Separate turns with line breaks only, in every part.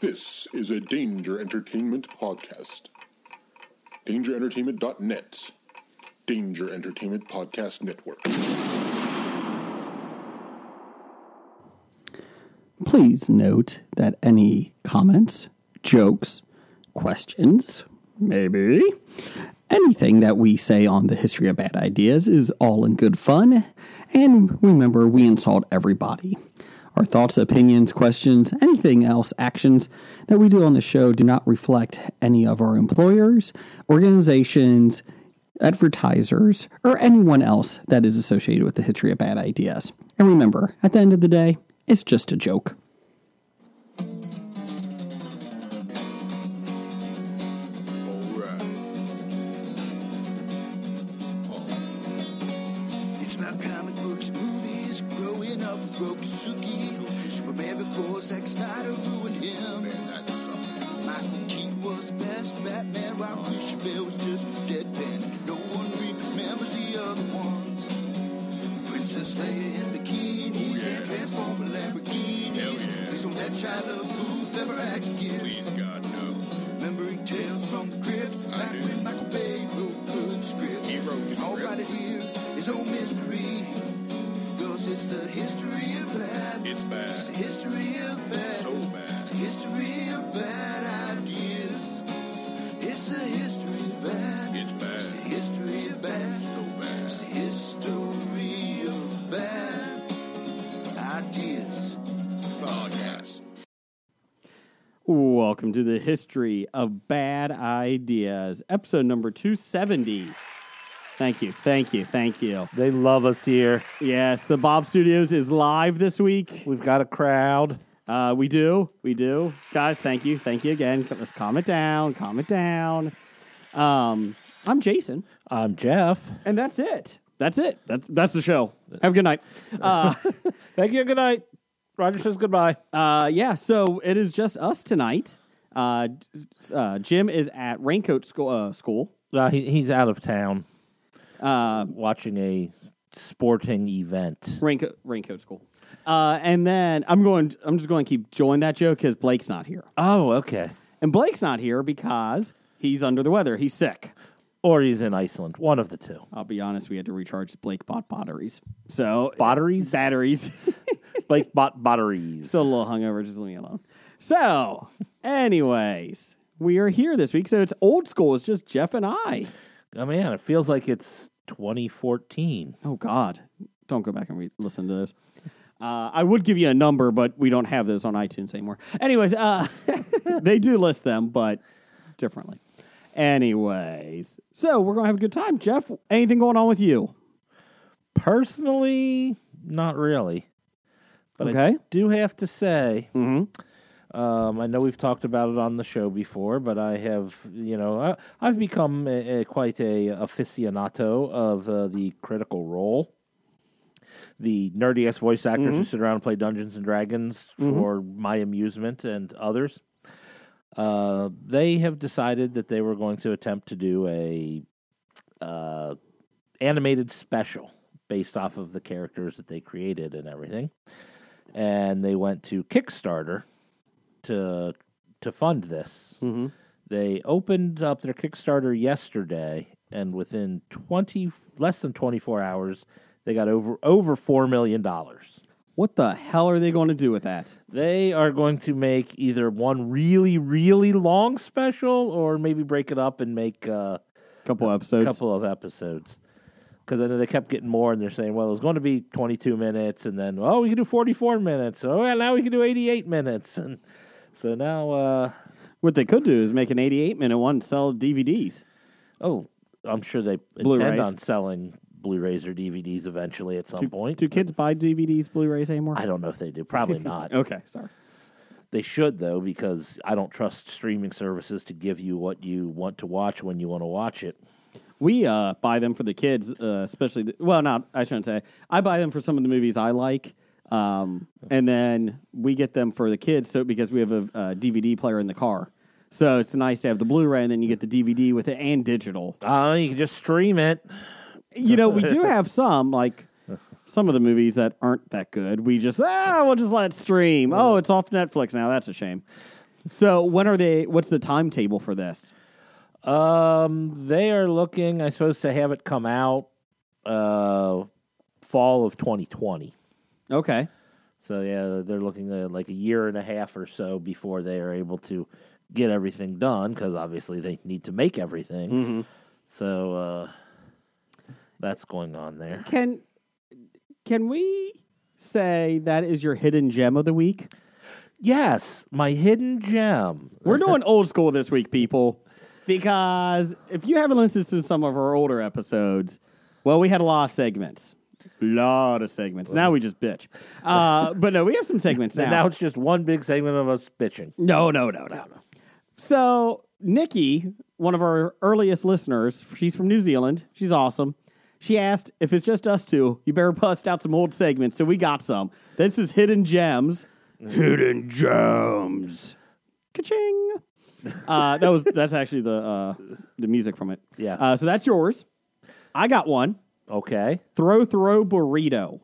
This is a Danger Entertainment podcast. DangerEntertainment.net. Danger Entertainment Podcast Network.
Please note that any comments, jokes, questions, maybe anything that we say on the history of bad ideas is all in good fun. And remember, we insult everybody. Our thoughts, opinions, questions, anything else, actions that we do on the show do not reflect any of our employers, organizations, advertisers, or anyone else that is associated with the history of bad ideas. And remember, at the end of the day, it's just a joke.
Alright. Oh. It's about comic books and movies. Growing up with Rokusuki. Superman before Zack Snyder ruined him. Michael Keaton was the best Batman. Rob Christian Bale was just deadpan. No one remembers the other ones. Princess Leia in bikinis and transformer Lamborghinis. Please don't let Shia LaBeouf ever act again. Please, God, no. Remembering tales from the crypt, back when Michael Bay wrote good scripts. He wrote All right here is no mystery, cause it's the history of bad. It's bad. It's the history of bad. So bad. It's the history of bad ideas. It's the history of bad. It's bad. It's the history of bad. So bad. It's the history of bad ideas. Podcast.
Welcome to the History of Bad Ideas, episode number 270. Thank you, thank you, thank you.
They love us here.
Yes, the Bob Studios is live this week.
We've got a crowd.
Uh, we do, we do. Guys, thank you, thank you again. Let's calm it down, calm it down. Um, I'm Jason,
I'm Jeff.
and that's it. That's it. That's, that's the show. Have a good night. Uh,
Thank you. Good night. Roger says goodbye.
Uh, yeah, so it is just us tonight. Uh, uh, Jim is at Raincoat School. Uh, school.
Uh, he, he's out of town
Uh,
watching a sporting event.
raincoat, raincoat school. Uh, and then I'm going. I'm just going to keep doing that joke because Blake's not here,
Oh, okay.
and Blake's not here because he's under the weather. He's sick.
Or he's in Iceland. One of the two.
I'll be honest. We had to recharge Blake bought batteries. So
Batteries?
batteries.
Blake bought batteries.
Still a little hungover. Just leave me alone. So, anyways, we are here this week. So it's old school. It's just Jeff and I.
oh, man, it feels like it's 2014.
Oh God! Don't go back and re- listen to those. Uh, I would give you a number, but we don't have those on iTunes anymore. Anyways, uh, they do list them, but differently. Anyways, so we're gonna have a good time. Jeff, anything going on with you?
Personally, not really. But I
Okay.
do have to say,
Mm-hmm.
Um, I know we've talked about it on the show before, but I have, you know, I, I've become a, a, quite a aficionado of uh, the critical role. The nerdy ass voice actors who sit around and play Dungeons and Dragons for my amusement and others. Uh, they have decided that they were going to attempt to do a uh, animated special based off of the characters that they created and everything. And they went to Kickstarter to to fund this.
Mhm.
They opened up their Kickstarter yesterday, and within twenty less than twenty four hours, they got over over four million dollars.
What the hell are they going to do with that?
They are going to make either one really really long special, or maybe break it up and make uh,
Couple
a
episodes.
couple of episodes. Because I know they kept getting more, and they're saying, "Well, it's going to be 22 minutes, and then oh, we can do 44 minutes. Oh, yeah, now we can do 88 minutes." And so now, uh,
What they could do is make an 88 minute one, and sell DVDs.
Oh, I'm sure they
Blu-rays.
intend on selling Blu-rays or DVDs eventually at some point.
Do kids buy DVDs, Blu-rays anymore?
I don't know if they do. Probably not.
okay, sorry.
They should though, because I don't trust streaming services to give you what you want to watch when you want to watch it.
We uh, buy them for the kids, uh, especially. The, well, not I shouldn't say. I buy them for some of the movies I like, um, and then we get them for the kids. So because we have a, a DVD player in the car, so it's nice to have the Blu-ray, and then you get the DVD with it and digital.
Uh, you can just stream it.
You know, we do have some like some of the movies that aren't that good. We just ah, we'll just let it stream. Oh, it's off Netflix now. That's a shame. So when are they? What's the timetable for this?
Um, they are looking, I suppose, to have it come out uh, fall of 2020.
Okay.
So yeah, they're looking at like a year and a half or so before they are able to get everything done because obviously they need to make everything.
Mm-hmm.
So uh, that's going on there.
Can can we say that is your hidden gem of the week?
Yes, my hidden gem.
We're doing old school this week, people, because if you haven't listened to some of our older episodes, well, we had a lot of segments. Lot of segments. Now we just bitch. Uh, but no, we have some segments
And now it's just one big segment of us bitching.
No, no, no, no, no. So Nikki, one of our earliest listeners, she's from New Zealand. She's awesome. She asked if it's just us two, you better bust out some old segments. So we got some. This is hidden gems. Hidden gems. Ka-ching. Uh, that was that's actually the uh, the music from it.
Yeah.
Uh, so that's yours. I got one.
Okay.
Throw throw burrito.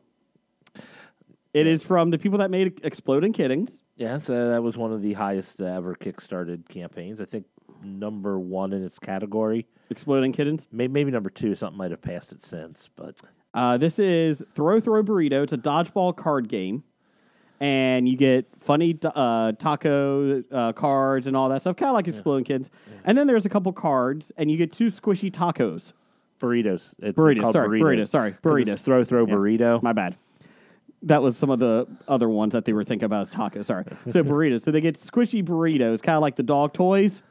It is from the people that made Exploding Kittings.
Yeah, so that was one of the highest uh, ever kickstarted campaigns. I think number one in its category.
Exploding Kittens.
Maybe, maybe number two. Something might have passed it since, but
Uh, this is Throw Throw Burrito. It's a dodgeball card game, and you get funny uh, taco uh, cards and all that stuff, kind of like Exploding Kids. And then there's a couple cards, and you get two squishy tacos.
burritos. It's
Burritos,
called
sorry, burritos, sorry,
'Cause it's
burritos.
Throw throw burrito.
My bad. That was some of the other ones that they were thinking about as tacos. Sorry. So burritos. So they get squishy burritos, kind of like the dog toys.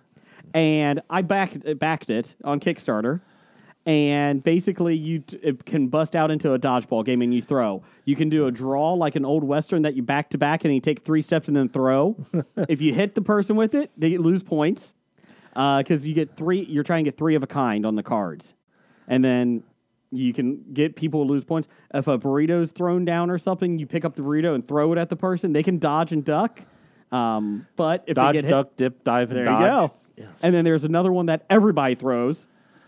And I backed backed it on Kickstarter. And basically, you t- it can bust out into a dodgeball game and you throw. You can do a draw like an old western that you back to back and you take three steps and then throw. if you hit the person with it, they lose points because Uh, you get three. You're trying to get three of a kind on the cards, and then you can get people to lose points. If a burrito's thrown down or something, you pick up the burrito and throw it at the person. They can dodge and duck. Um, but if
dodge,
they get
duck, dip, dive, and
hit, there
dodge.
you go.
Yes.
And then there's another one that everybody throws.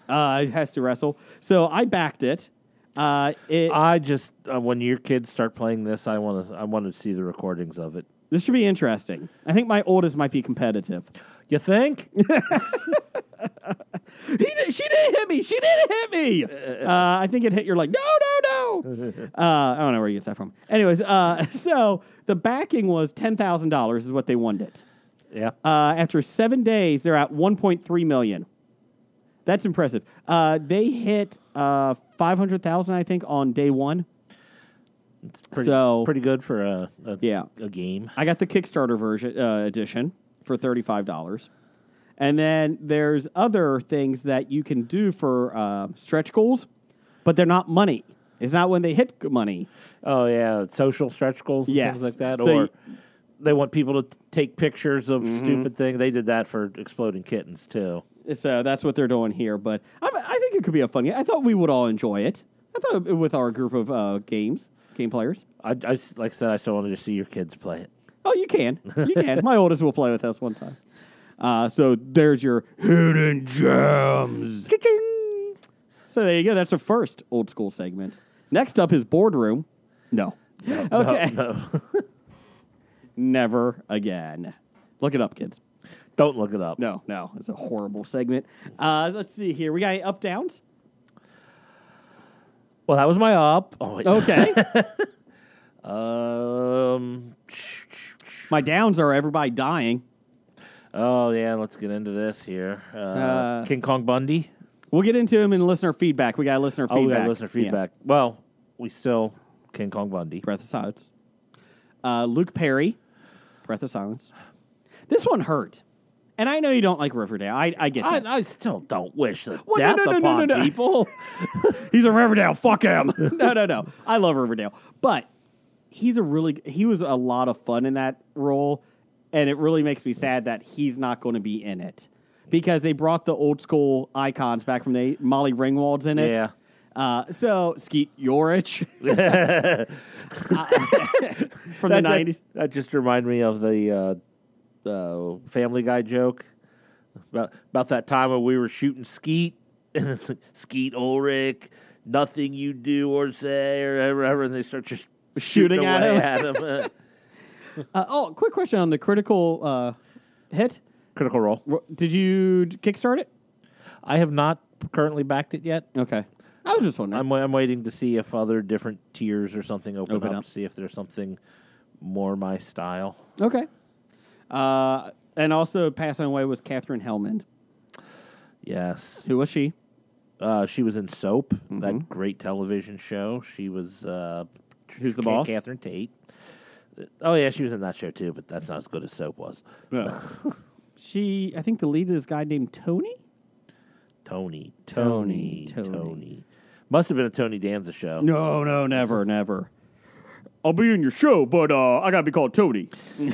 Uh, it has to wrestle. So I backed it. Uh, it
I just uh, when your kids start playing this, I want to I want to see the recordings of it.
this should be interesting. I think my oldest might be competitive.
You think?
He did, she didn't hit me. She didn't hit me. Uh, I think it hit. You're like, no, no, no. Uh, I don't know where you gets that from. Anyways, uh, so the backing was ten thousand dollars is what they won it.
yeah.
Uh, after seven days, they're at one point three million. That's impressive. Uh, they hit uh, five hundred thousand, I think, on day one.
Pretty,
so-
pretty good for a, a
Yeah.
a game.
I got the Kickstarter version uh, edition for thirty five dollars, and then there's other things that you can do for uh, stretch goals, but they're not money. It's not when they hit g- money.
Oh yeah, social stretch goals, and
Yes.
things like that,
So Mm-hmm.
or
y-
they want people to t- take pictures of stupid thing. They did that for exploding kittens too.
So that's what they're doing here. But I, I think it could be a fun game. I thought we would all enjoy it. I thought with our group of uh, games game players.
I, I s- like I said, I still wanted to see your kids play it.
Oh, you can, you can. My oldest will play with us one time. Uh, so there's your hidden gems. So there you go. That's the first old school segment. Next up is boardroom. No. okay. Never again. Look it up, kids.
Don't look it up.
No, no. It's a horrible segment. Uh, let's see here. We got any up downs?
Well, that was my up. Oh, wait.
Okay.
Um.
My downs are everybody dying.
Oh yeah, let's get into this here. Uh,
Uh,
King Kong Bundy.
We'll get into them in listener feedback. We got listener
Oh, we
feedback.
got listener
Yeah.
feedback. Well, we still King Kong Bundy.
Breath of Silence. Uh, Luke Perry, Breath of Silence. This one hurt. And I know you don't like Riverdale. I, I get
I,
that.
I still don't wish the
Well, no,
death
no, no, no,
upon
no, no.
people.
he's a Riverdale. Fuck him. no, no, no. I love Riverdale, but he's a really he was a lot of fun in that role, and it really makes me sad that he's not going to be in it because they brought the old school icons back from the Molly Ringwald's in it.
Yeah.
Uh, so Skeet Yorich Uh, from the
That- that-
nineties.
That, just reminded me of the uh, uh, Family Guy joke about about that time when we were shooting Skeet and it's like, Skeet Ulrich. Nothing you do or say or whatever, and they start just
Shooting at
away
him.
at him.
Uh, oh, quick question on the critical uh, hit?
Critical Role.
Wh- Did you d- kickstart it?
I have not currently backed it yet.
Okay. I was just wondering.
I'm, wa- I'm waiting to see if other different tiers or something open,
Open
up,
up.
see if there's something more my style.
okay. Uh, and also passing away was Catherine Hellman.
Yes.
Who was she?
Uh, she was in Soap,
Mm-hmm.
that great television show. She was uh,
Who's the
Ca-
boss?
Catherine Tate. Oh yeah, she was in that show too, but that's not as good as Soap was.
she, I think the lead is this guy named Tony.
Tony,
Tony,
Tony,
Tony.
Tony, Must have been a Tony Danza show.
No, no, never, never. I'll be in your show, but uh, I gotta be called Tony.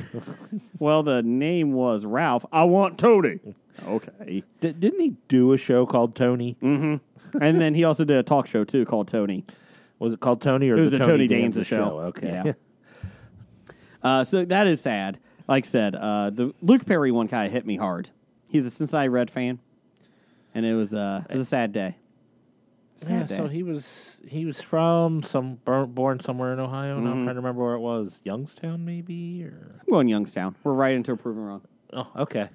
well, the name was Ralph. I want Tony. Okay.
D- didn't he do a show called Tony?
Mm. and then he also did a talk show too called Tony.
Was it called Tony or
It was
the
a Tony Danza show.
Okay.
Yeah. Uh, so that is sad. Like I said, uh, the Luke Perry one kind of hit me hard. He's a Cincinnati Red fan, and it was uh, it was a sad day. Sad
Yeah,
day.
so he was he was from some bor- born somewhere in Ohio. Now
Mm-hmm.
I'm trying to remember where it was, Youngstown maybe or
I'm going Youngstown. We're right into proving wrong.
oh okay.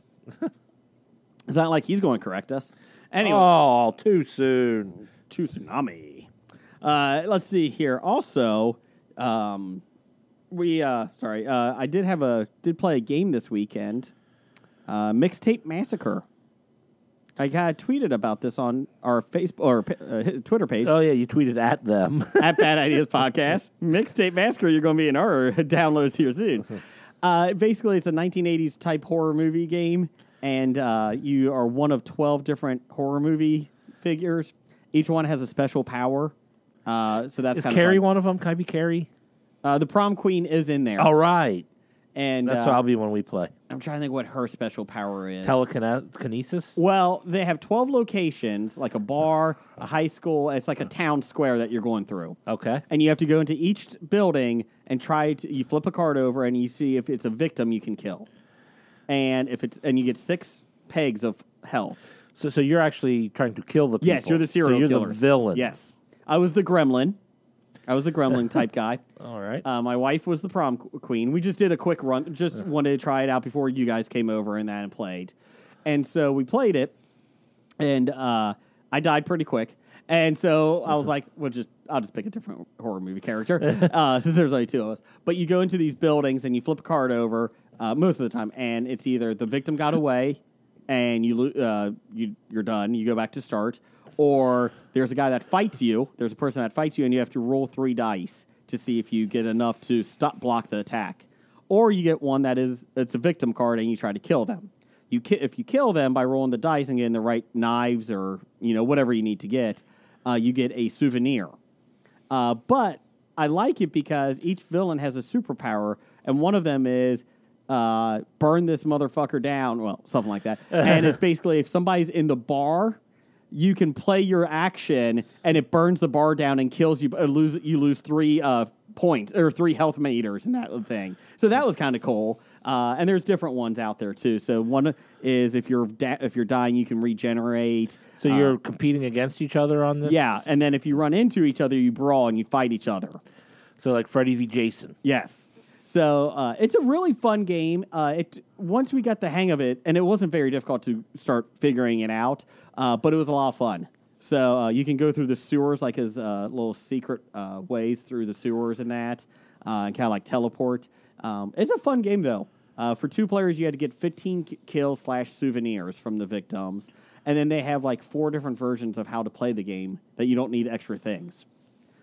It's not like he's going to correct us. Anyway,
Oh, too soon.
to tsunami. Uh, let's see here. Also, um, we uh, sorry, uh, I did have a did play a game this weekend. Uh, mixtape massacre. I got tweeted about this on our Facebook or uh, Twitter page
Oh yeah, you tweeted at them.
at Bad Ideas Podcast. Mixtape Massacre, you're going to be in our downloads here soon. Uh, basically, it's a 1980s type horror movie game, and uh, you are one of 12 different horror movie figures. Each one has a special power. Uh, so that's
Is
kind
Carrie
of
one of them? Can I be Carrie?
Uh, the prom queen is in there,
All right,
and
Oh, that's
uh,
what I'll be when we play
I'm trying to think what her special power is.
telekinesis.
well, they have 12 locations, like a bar, a high school. It's like a town square that you're going through.
Okay.
and you have to go into each building and try to you flip a card over and you see if it's a victim you can kill and if it's and you get six pegs of health
So, so you're actually trying to kill the people.
yes you're the serial
so you're
killer
the villain.
yes i was the gremlin i was the gremlin type guy
All right.
uh, my wife was the prom qu- queen we just did a quick run just wanted to try it out before you guys came over and that and played and so we played it and uh, I died pretty quick. And so I was like, "Well, just I'll just pick a different horror movie character uh, since there's only two of us." But you go into these buildings and you flip a card over uh, most of the time, and it's either the victim got away and you lo- uh, you you're done, you go back to start, or there's a guy that fights you. There's a person that fights you, and you have to roll three dice to see if you get enough to stop block the attack or you get one that is it's a victim card and you try to kill them. You ki- if you kill them by rolling the dice and getting the right knives or you know whatever you need to get, uh, you get a souvenir. Uh, but I like it because each villain has a superpower, and one of them is uh, burn this motherfucker down, well something like that. and it's basically if somebody's in the bar. You can play your action, and it burns the bar down and kills you. Uh, lose you lose three uh, points or three health meters and that thing. So that was kind of cool. Uh, and there's different ones out there too. So one is if you're da- if you're dying, you can regenerate.
so you're competing against each other on this.
Uh-huh. Yeah, and then if you run into each other, you brawl and you fight each other.
So like Freddy v Jason.
Yes. So uh, it's a really fun game. Uh, it once we got the hang of it, and it wasn't very difficult to start figuring it out, uh, but it was a lot of fun. So uh, you can go through the sewers, like his uh, little secret uh, ways through the sewers and that, uh, and kind of like teleport. Um, it's a fun game though. Uh, for two players, you had to get 15 k- kills slash souvenirs from the victims, and then they have like four different versions of how to play the game that you don't need extra things.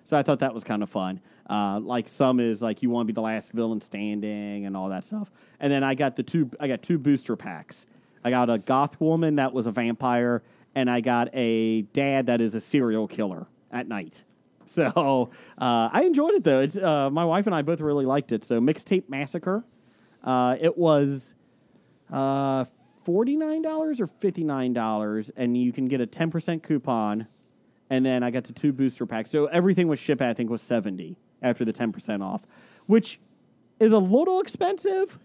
So I thought that was kind of fun. Uh, like some is like you want to be the last villain standing and all that stuff. And then I got the two I got two booster packs. I got a goth woman that was a vampire, and I got a dad that is a serial killer at night. So uh, I enjoyed it though. It's uh, my wife and I both really liked it. So mixtape massacre. Uh, it was uh, $49 or $59 and you can get a 10% coupon and then i got the two booster packs so everything was shipped i think was 70 after the 10% off which is a little expensive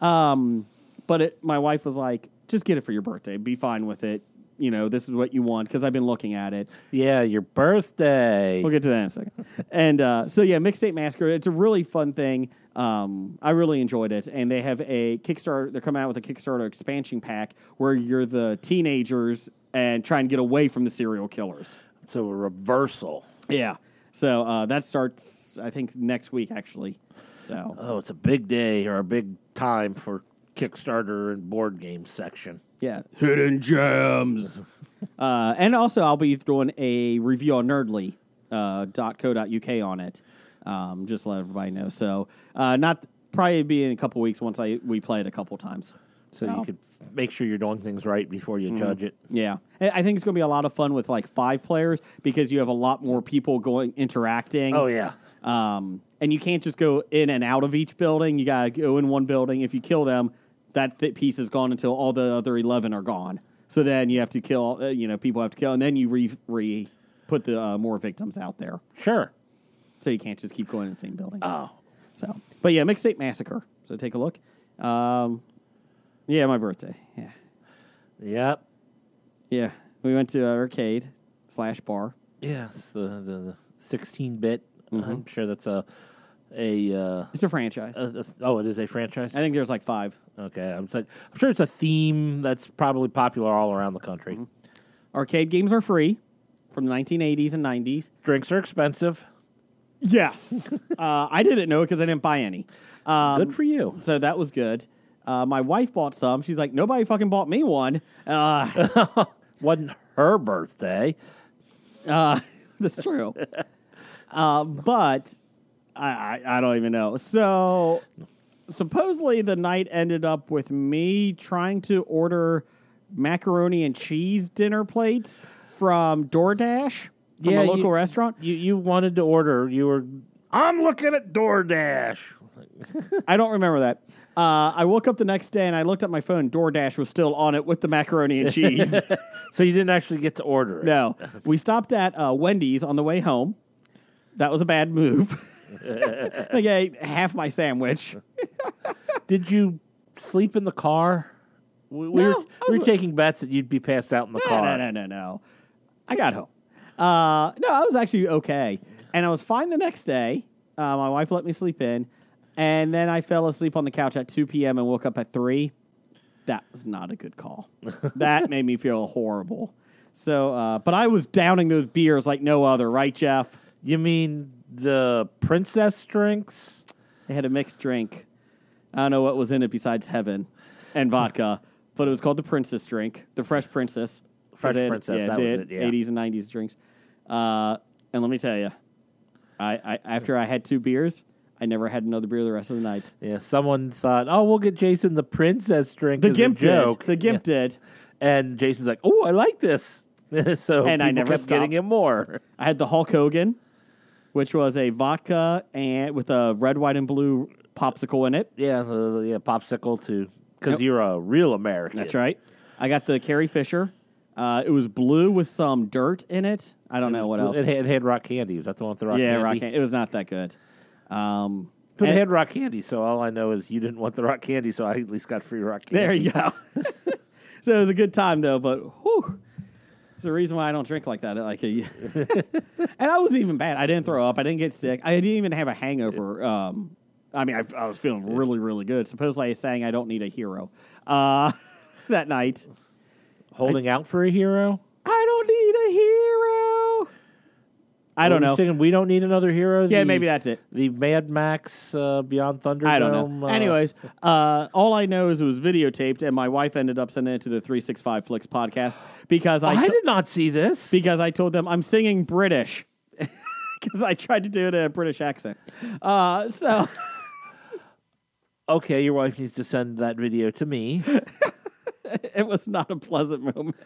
um, but it, my wife was like just get it for your birthday be fine with it you know this is what you want because i've been looking at it
Yeah, your birthday.
We'll get to that in a second. and uh, so yeah, mixtape massacre. It's a really fun thing. Um, I really enjoyed it, and they have a Kickstarter. They're coming out with a Kickstarter expansion pack where you're the teenagers and trying to get away from the serial killers.
So a reversal.
Yeah. So uh, that starts, I think, next week actually. So
Oh, it's a big day or a big time for Kickstarter and board game section.
yeah, hidden
Um,
gems. uh, and also, I'll be doing a review on Nerdly uh, dot co dot uk on it. Um, just to let everybody know. So uh, not probably be in a couple weeks once I we play it a couple times.
So
Oh.
you could make sure you're doing things right before you judge it.
Yeah, I I think it's going to be a lot of fun with like five players because you have a lot more people going interacting.
Oh yeah.
Um, and you can't just go in and out of each building. You got to go in one building. If you kill them, that th- piece is gone until all the other 11 are gone. So then you have to kill, uh, you know, people have to kill, and then you re, re put the uh, more victims out there.
Sure.
So you can't just keep going in the same building.
Oh.
So, but yeah, Mixed State Massacre. So take a look. Um, yeah, my birthday. Yeah.
Yep.
Yeah. We went to an arcade slash bar.
Yes. The the, the 16-bit. I'm sure that's a a, uh,
It's a franchise.
a, a- oh, it is a franchise.
I think there's like five.
okay. I'm so- I'm sure it's a theme that's probably popular all around the country.
Arcade games are free from the 1980s and 90s.
Drinks are expensive.
Yes. uh, I didn't know because I didn't buy any. Um,
Good for you.
So that was good. Uh, my wife bought some. She's like, nobody fucking bought me one. Uh,
Wasn't her birthday.
uh, that's true. uh, but I, I, I don't even know. So supposedly the night ended up with me trying to order macaroni and cheese dinner plates from DoorDash from
Yeah,
a
you-
local restaurant.
You you wanted to order. You were. I'm looking at DoorDash.
I don't remember that. Uh, I woke up the next day and I looked at my phone. DoorDash was still on it with the macaroni and cheese.
So you didn't actually get to order. It.
no, we stopped at uh, Wendy's on the way home. That was a bad move. like I ate half my sandwich.
Did you sleep in the car? We, we,
No,
were,
I
we were
was-
taking bets that you'd be passed out in the
No,
car.
no, no, no, no. I got home. Uh, no, I was actually okay, and I was fine the next day. Uh, my wife let me sleep in, and then I fell asleep on the couch at 2 p.m. and woke up at three. That was not a good call. that made me feel horrible. So, uh, but I was downing those beers like no other, right, Jeff?
You mean the princess drinks?
They had a mixed drink. I don't know what was in it besides heaven and vodka, but it was called the Princess drink, the Fresh Princess. 'Cause
Fresh
they had-
Princess, that
they
was
had
it, yeah.
80s and 90s drinks. Uh, and let me tell you, I, I after I had two beers, I never had another beer the rest of the night.
Yeah, someone thought, oh, we'll get Jason the princess drink.
The
as a
gimp
joke.
did. The
Yeah.
gimp did.
And Jason's like, oh, I like this. so
And I
people
never
kept getting
stopped.
him more.
I had the Hulk Hogan, which was a vodka and with a red, white, and blue popsicle in it.
Yeah, uh, yeah, popsicle too, because you're a real American.
That's right. I got the Carrie Fisher. Uh, it was blue with some dirt in it. I don't know what else.
It had, it had rock candy. Is that the one with the rock
yeah,
candy?
rock candy. It was not that good. Um,
But
and-
it had rock candy, so all I know is you didn't want the rock candy, so I at least got free rock candy.
there you go. so it was a good time though, but whew, it's the reason why I don't drink like that. Like, a, and I was even bad. I didn't throw up. I didn't get sick. I didn't even have a hangover. Um, I mean, I, I was feeling really, really good. Supposedly, I sang "I Don't Need a Hero" uh, that night.
Holding out for a hero?
I don't need a hero. I don't
Were you
know.
Singing, we don't need another hero.
Yeah,
The-
maybe that's it.
the Mad Max uh, Beyond Thunderdome.
I don't know.
uh,
Anyways, uh, all I know is it was videotaped, and my wife ended up sending it to the 365 Flicks podcast because I,
I,
to-
did not see this.
because I told them I'm singing British because I tried to do it in a British accent. Uh, so
okay, your wife needs to send that video to me.
it was not a pleasant moment.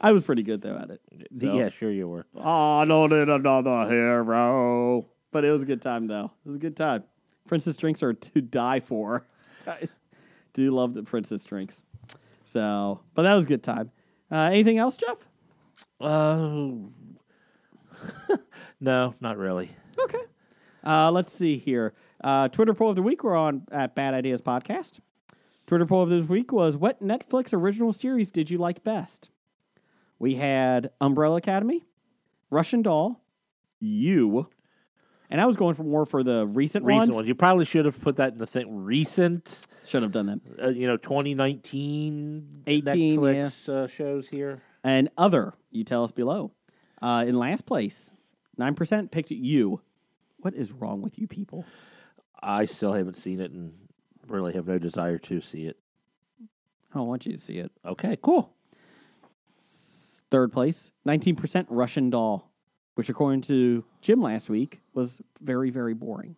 I was pretty good though at it. So.
Yeah, sure you were.
Oh, I don't need another hero. But it was a good time though. It was a good time. Princess drinks are to die for. I do love the princess drinks. So, but that was a good time. Uh, anything else, Jeff?
Oh, no, not really.
Okay. Uh, let's see here. Uh, Twitter poll of the week we're on at Bad Ideas Podcast. Twitter poll of this week was what Netflix original series did you like best? We had Umbrella Academy, Russian Doll, You, And I was going for more for the recent,
Recent
ones.
ones. You probably should have put that in the thing. Recent,
Should have done that.
uh, you know, 2019
18,
Netflix uh, shows here.
And other, you tell us below. Uh, in last place, nine percent picked you. What is wrong with you people?
I still haven't seen it and really have no desire to see it.
I don't want you to see it.
Okay, cool.
Third place, nineteen percent Russian doll, which according to Jim last week was very very boring.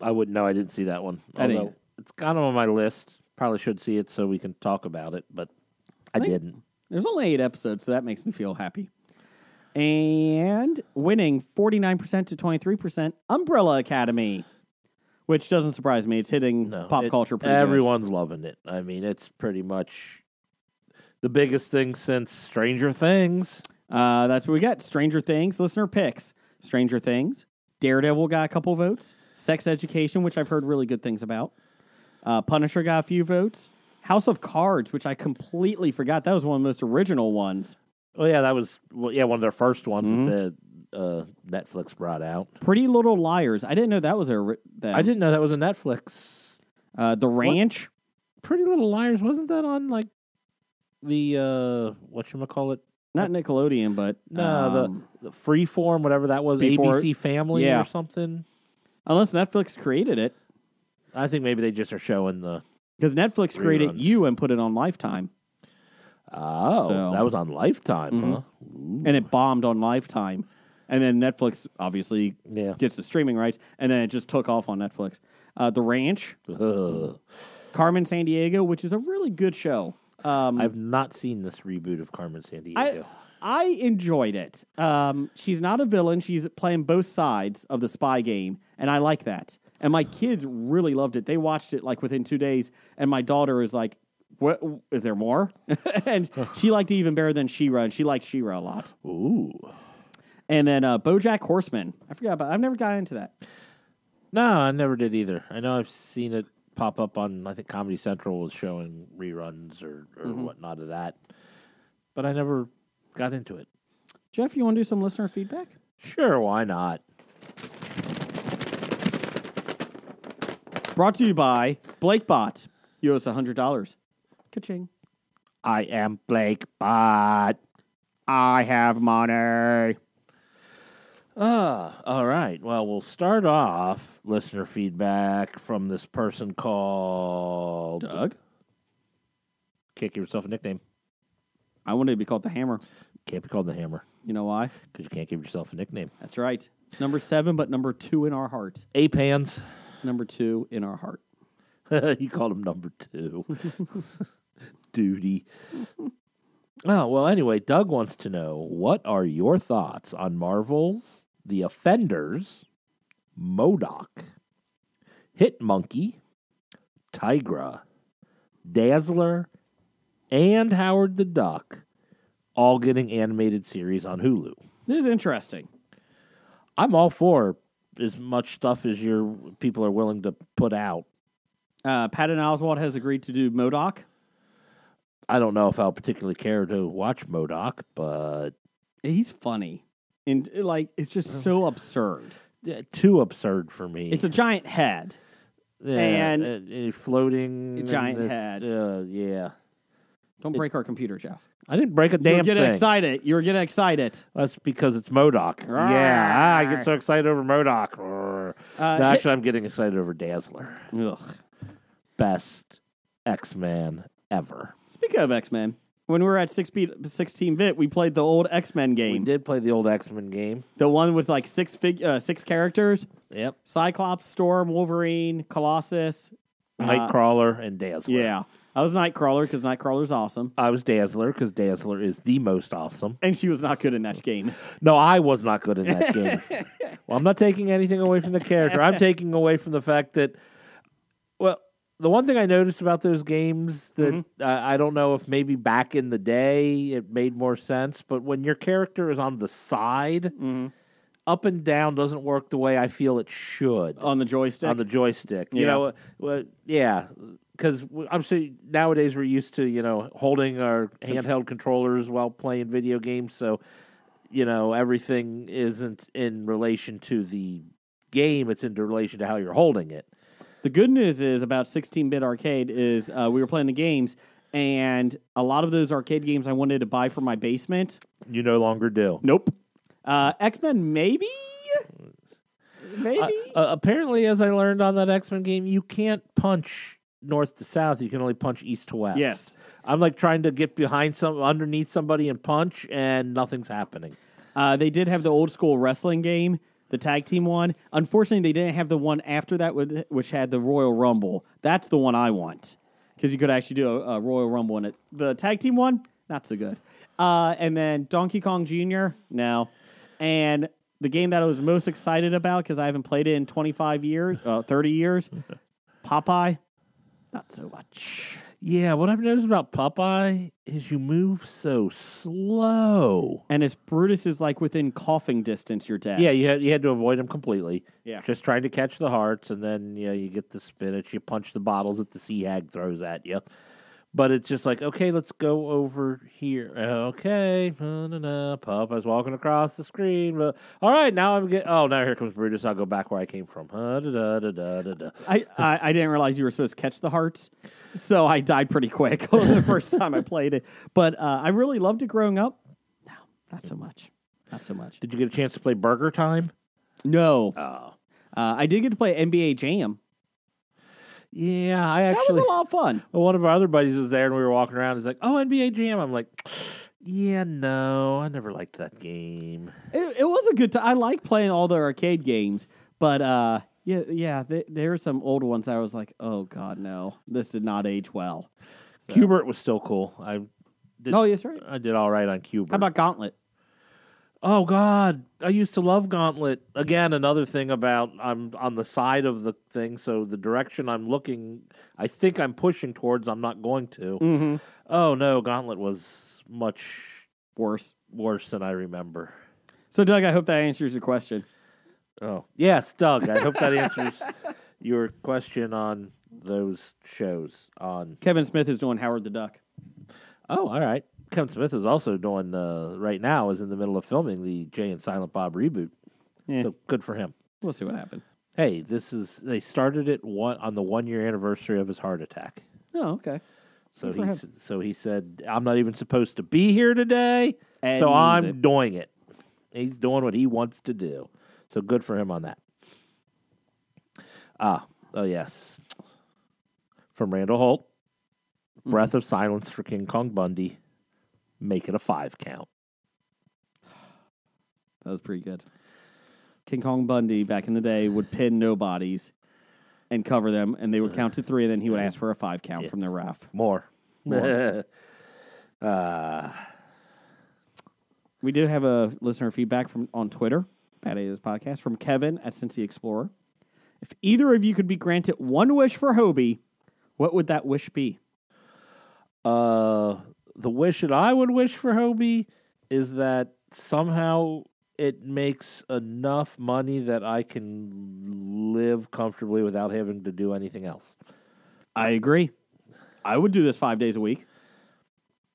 I wouldn't know. I didn't see that one.
I didn't
Although it's kind of on my list. Probably should see it so we can talk about it, but I
Right.
didn't.
There's only eight episodes, so that makes me feel happy. And winning 49% to 23%, Umbrella Academy, which doesn't surprise me. It's hitting
No,
pop
it-
culture pretty good.
Everyone's loving it. I mean, it's pretty much the biggest thing since Stranger Things.
Uh, that's what we got. Stranger Things, listener picks. Stranger Things, Daredevil got a couple votes. Sex Education, which I've heard really good things about. Uh, Punisher got a few votes. House of Cards, which I completely forgot. That was one of the most original ones.
Oh yeah, that was well, yeah one of their first ones that the uh, Netflix brought out.
Pretty Little Liars. I didn't know that was a. ri- That,
I didn't know that was a Netflix.
Uh, the Ranch.
Pretty Little Liars wasn't that on like the uh what you call it?
not Nickelodeon, but
No,
um,
the, the Freeform, whatever that was,
Before-
ABC Family
yeah.
or something.
unless Netflix created it
I think maybe they just are showing the
because Netflix created
Reruns.
you and put it on Lifetime,
Oh,
So-
that was on Lifetime,
Mm-hmm.
huh?
and it bombed on Lifetime, and then Netflix obviously
Yeah.
gets the streaming rights, and then it just took off on Netflix. Uh, the Ranch,
Ugh.
Carmen San Diego, which is a really good show. Um,
I've not seen this reboot of Carmen Sandiego.
I I enjoyed it. Um, she's not a villain. She's playing both sides of the spy game, and I like that. And my kids really loved it. They watched it like within two days, and my daughter is like, "What is there more?" and she liked it even better than Shira, and she liked Shira a lot.
Ooh.
And then uh, BoJack Horseman. I forgot about. I've never got into that.
No, I never did either. I know I've seen it pop up on I think Comedy Central was showing reruns or, or
Mm-hmm.
whatnot of that. But I never got into it.
Jeff, you want to do some listener feedback?
Sure, why not?
Brought to you by BlakeBot. You owe us hundred dollars. Ka-ching.
I am Blake Bot.
I have money.
Uh, all right. Well, we'll start off listener feedback from this person called
Doug,
Can't give yourself a nickname.
I wanted to be called the Hammer.
Can't be called the hammer.
You know why?
because you can't give yourself a nickname.
That's right. Number seven, but number two in our heart.
Ape hands.
Number two in our heart.
you called him number two. Duty. Oh, well, anyway, Doug wants to know what are your thoughts on Marvel's The Offenders, Modoc, Hit Monkey, Tigra, Dazzler, and Howard the Duck all getting animated series on Hulu?
This is interesting.
I'm all for as much stuff as your people are willing to put out.
Uh, Patton Oswald has agreed to do Modoc.
I don't know if I'll particularly care to watch Modoc, but
He's funny. And uh, like, it's just so absurd.
yeah, too absurd for me.
It's a giant head.
yeah,
and-
uh, uh, floating
A giant
and
head.
Uh, yeah,
Don't break our computer, Jeff.
I didn't break a
You were
damn
getting
thing.
excited. You were getting excited.
That's because it's Modoc. Yeah, ah, I get so excited over Modoc. Roar.
Uh,
No,
hit-
actually, I'm getting excited over Dazzler.
Ugh.
Best X Man ever.
Speaking of X Men, when we were at six beat, 16 bit, we played the old X Men
We
game.
did play the old X Men game.
The one with like six fig- uh, six characters
Yep,
Cyclops, Storm, Wolverine, Colossus. uh,
Nightcrawler and Dazzler.
yeah. I was Nightcrawler because Nightcrawler's awesome.
I was Dazzler because Dazzler is the most awesome.
And she was not good in that game.
No, I was not good in that game. Well, I'm not taking anything away from the character. I'm taking away from the fact that, well, the one thing I noticed about those games that I I don't know if maybe back in the day it made more sense, but when your character is on the side, up and down doesn't work the way I feel it should
on the joystick.
on the joystick. You
Yeah.
know, uh, well, yeah, because I'm sure nowadays we're used to you know holding our handheld controllers while playing video games, so you know everything isn't in relation to the game; it's in relation to how you're holding it.
The good news is about 16-bit arcade is uh, we were playing the games, and a lot of those arcade games I wanted to buy for my basement.
You no longer do.
Nope. Uh, X Men, maybe, maybe.
Uh, apparently, as I learned on that X Men game, you can't punch north to south. You can only punch east to west.
Yes.
I'm like trying to get behind some, underneath somebody and punch, and nothing's happening.
Uh, they did have the old school wrestling game, the tag team one. Unfortunately, they didn't have the one after that, with- which had the Royal Rumble. That's the one I want because you could actually do a, a Royal Rumble in it. The tag team one, not so good. Uh, and then Donkey Kong Jr. No, and the game that I was most excited about because I haven't played it in 25 years, uh, 30 years, Popeye. Not so much.
Yeah, what I've noticed about Popeye is you move so slow.
And it's Brutus is like within coughing distance, your dad.
Yeah, you had you had to avoid him completely.
Yeah.
just trying to catch the hearts, and then you know you get the spinach, you punch the bottles that the sea hag throws at you. But it's just like, okay, let's go over here. Uh, Okay, no, no, no. Popeye's walking across the screen. Uh, All right, now I'm get. Oh, now here comes Brutus. I'll go back where I came from. Uh, da, da, da, da, da, da.
I, I, I didn't realize you were supposed to catch the hearts, so I died pretty quick on the first time I played it. But uh, I really loved it growing up. No, not so much. Not so much.
Did you get a chance to play Burger Time?
No, uh,
Oh,
I did get to play NBA Jam.
yeah. I
That
actually
was a lot of fun.
Well, one of our other buddies was there, and we were walking around. He's like, "Oh, NBA Jam." I'm like, "Yeah, no, I never liked that game."
It, it was a good time. I like playing all the arcade games, but uh, yeah, yeah, th- there were some old ones that I was like, oh god, no, this did not age well.
Cubert was still cool. I did,
Oh, yes, right.
I did all right on Cubert.
How about Gauntlet?
Oh God, I used to love Gauntlet. Again, another thing about I'm on the side of the thing, so the direction I'm looking, I think I'm pushing towards. I'm not going to.
Mm-hmm.
Oh no, Gauntlet was much
Worse.
worse than I remember.
So, Doug, I hope that answers your question.
Oh, yes, Doug. I hope that answers your question on those shows. On
Kevin Smith is doing Howard the Duck.
oh, all right. Kevin Smith is also doing uh, right now is in the middle of filming the Jay and Silent Bob reboot.
Yeah.
So good for him.
We'll see what happens.
Hey, this is they started it one, on the one year anniversary of his heart attack.
Oh, okay.
So
Good
he
for him.
s- so he said, "I'm not even supposed to be here today,
And
so
he
I'm
means it.
doing it." He's doing what he wants to do. So good for him on that. Ah, oh yes, from Randall Holt, "Breath of Silence" for King Kong Bundy. Make it a five count.
That was pretty good. King Kong Bundy back in the day would pin nobodies and cover them, and they would count to three, and then he would ask for a five count from the ref.
More.
More.
uh,
We do have a listener feedback from on Twitter, Pat Ada's podcast, from Kevin at Cincy Explorer. If either of you could be granted one wish for Hobie, what would that wish be?
Uh, the wish that I would wish for Hobie is that somehow it makes enough money that I can live comfortably without having to do anything else.
I agree. I would do this five days a week.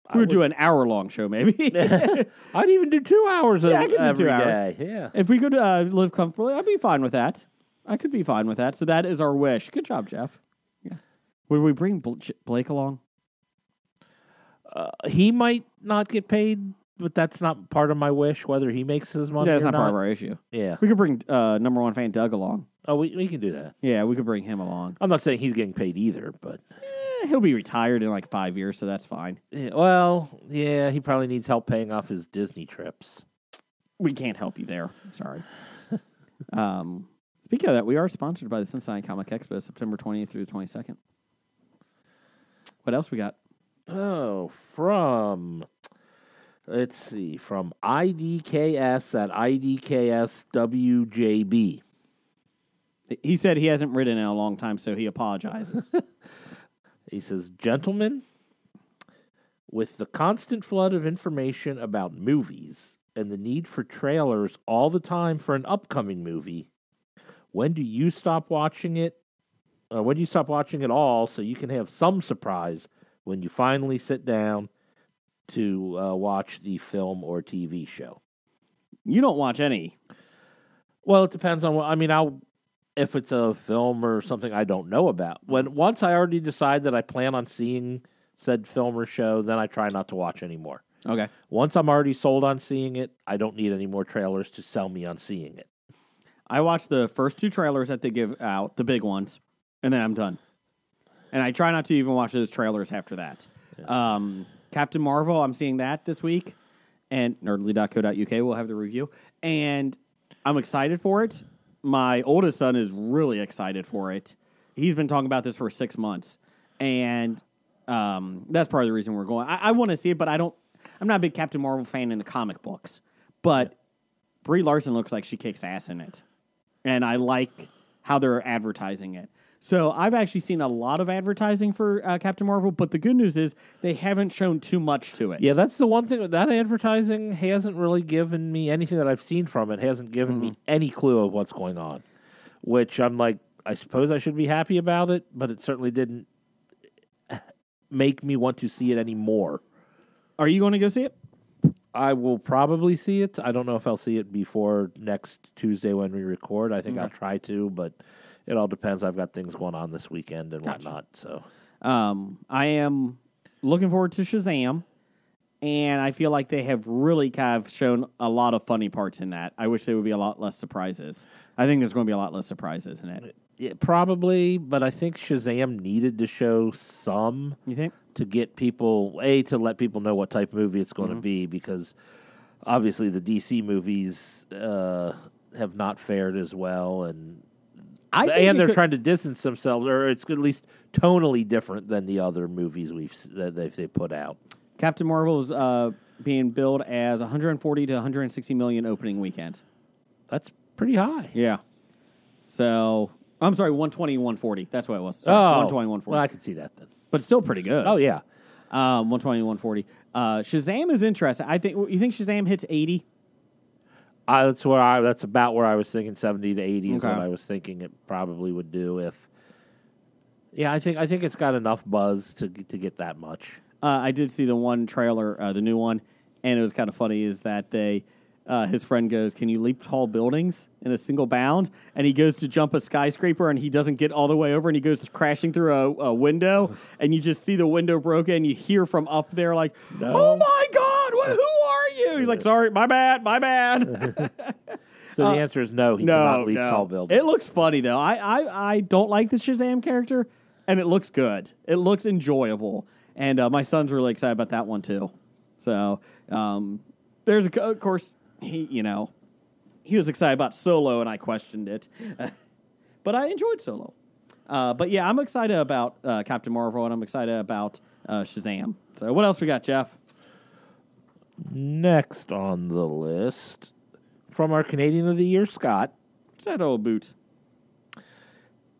I
We would
would-
do an hour long show, maybe.
I'd even do two hours
Yeah,
of
I could do
every
two hours.
day. Yeah.
If we could uh, live comfortably, I'd be fine with that. I could be fine with that. So that is our wish. Good job, Jeff. Yeah. Would we bring Bl- J- Blake along?
Uh, he might not get paid, but that's not part of my wish, whether he makes his money
yeah, that's
or
not,
not.
part of our issue.
Yeah.
We could bring uh, number one fan Doug along.
Oh, we, we can do that.
Yeah, we could bring him along.
I'm not saying he's getting paid either, but
Eh, he'll be retired in like five years, so that's fine.
yeah, well, yeah, he probably needs help paying off his Disney trips.
We can't help you there. Sorry. um, speaking of that, we are sponsored by the Cincinnati Comic Expo, September 20th through the 22nd. What else we got?
Oh, from let's see, from IDKS at IDKSWJB.
He said he hasn't written in a long time, so he apologizes.
He says, Gentlemen, with the constant flood of information about movies and the need for trailers all the time for an upcoming movie, when do you stop watching it? Uh, when do you stop watching it all so you can have some surprise when you finally sit down to uh, watch the film or TV show?
You don't watch any.
Well, it depends on what I mean. I'll if it's a film or something I don't know about. When once I already decide that I plan on seeing said film or show, then I try not to watch anymore.
Okay.
Once I'm already sold on seeing it, I don't need any more trailers to sell me on seeing it.
I watch the first two trailers that they give out, the big ones, and then I'm done. And I try not to even watch those trailers after that. Um, Captain Marvel, I'm seeing that this week, and nerdly.co.uk will have the review. And I'm excited for it. My oldest son is really excited for it. He's been talking about this for six months, and um, that's part of the reason we're going. I, I want to see it, but I don't. I'm not a big Captain Marvel fan in the comic books, but Brie Larson looks like she kicks ass in it. And I like how they're advertising it. So I've actually seen a lot of advertising for uh, Captain Marvel, but the good news is they haven't shown too much to it.
Yeah, that's the one thing that advertising hasn't really given me anything that I've seen from it hasn't given me any clue of what's going on. Which I'm like, I suppose I should be happy about it, but it certainly didn't eh, make me want to see it anymore.
Are you going to go see it?
I will probably see it. I don't know if I'll see it before next Tuesday when we record. I think I'll try to, but it all depends. I've got things going on this weekend and whatnot. So
Um, I am looking forward to Shazam, and I feel like they have really kind of shown a lot of funny parts in that. I wish there would be a lot less surprises. I think there's going to be a lot less surprises in it.
yeah, probably, but I think Shazam needed to show some
You think?
to get people a to let people know what type of movie it's
Mm-hmm.
going to be because obviously the DC movies uh, have not fared as well and
I
and
it
they're
could-
trying to distance themselves or it's at least tonally different than the other movies we've s- that they've they put out.
Captain Marvel is uh, being billed as 140 to 160 million opening weekend.
That's pretty high.
Yeah. So I'm sorry, 120, 140. That's what it was. Sorry,
Oh,
120, 140.
Well, I can see that then.
but still pretty good.
Oh yeah,
Um, 120, 140. Uh, Shazam is interesting. I think you think Shazam hits 80.
I, that's where I. That's about where I was thinking. Seventy to eighty is what
Okay.
I was thinking it probably would do if. Yeah, I think I think it's got enough buzz to to get that much.
Uh, I did see the one trailer, uh, the new one, and it was kind of funny. Is that they, uh, his friend goes, "Can you leap tall buildings in a single bound?" And he goes to jump a skyscraper, and he doesn't get all the way over, and he goes crashing through a, a window, and you just see the window broken, and you hear from up there like,
No.
"Oh my God, what, who are you?" He's like, "Sorry, my bad, my bad."
So the answer is no. He
Uh, no,
cannot leap
no.
tall buildings.
It looks funny though. I, I I don't like the Shazam character, and it looks good. It looks enjoyable, and uh, my son's really excited about that one too. So um, there's a, co- of course he you know he was excited about Solo, and I questioned it, but I enjoyed Solo. Uh, but yeah, I'm excited about uh, Captain Marvel, and I'm excited about uh, Shazam. So what else we got, Jeff?
Next on the list from our Canadian of the Year, Scott.
It's that old boot.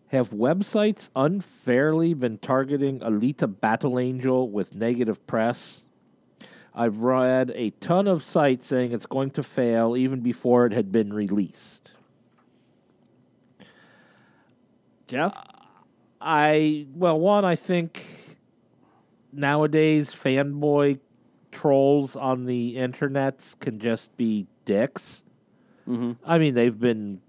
Have websites unfairly been targeting Alita Battle Angel with negative press? I've read a ton of sites saying it's going to fail even before it had been released.
Jeff,
I well, one, I think nowadays fanboy trolls on the internets can just be dicks. I mean, they've been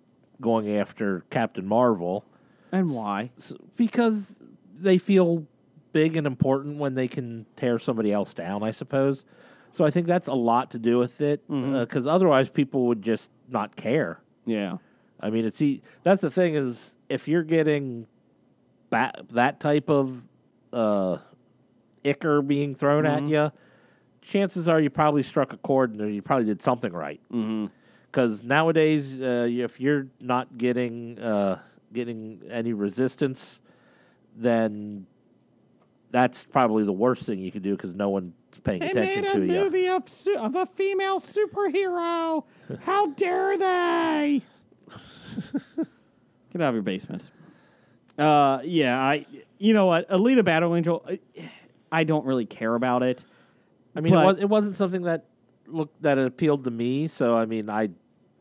going after Captain Marvel
and why?
s- because they feel big and important when they can tear somebody else down, I suppose. So I think that's a lot to do with it because otherwise people would just not care.
Yeah.
I mean, it's e- that's the thing is if you're getting that that type of uh, ichor being thrown at you, chances are you probably struck a chord and you probably did something right. Because nowadays, uh, if you're not getting uh, getting any resistance, then that's probably the worst thing you can do because no one's paying attention to you.
of, su- of a female superhero. How dare they? Get out of your basement. Uh, yeah, I. You know what? Alita Battle Angel. I, I don't really care about it.
I mean,
But-
it, was, it wasn't something that looked that appealed to me. So I mean, I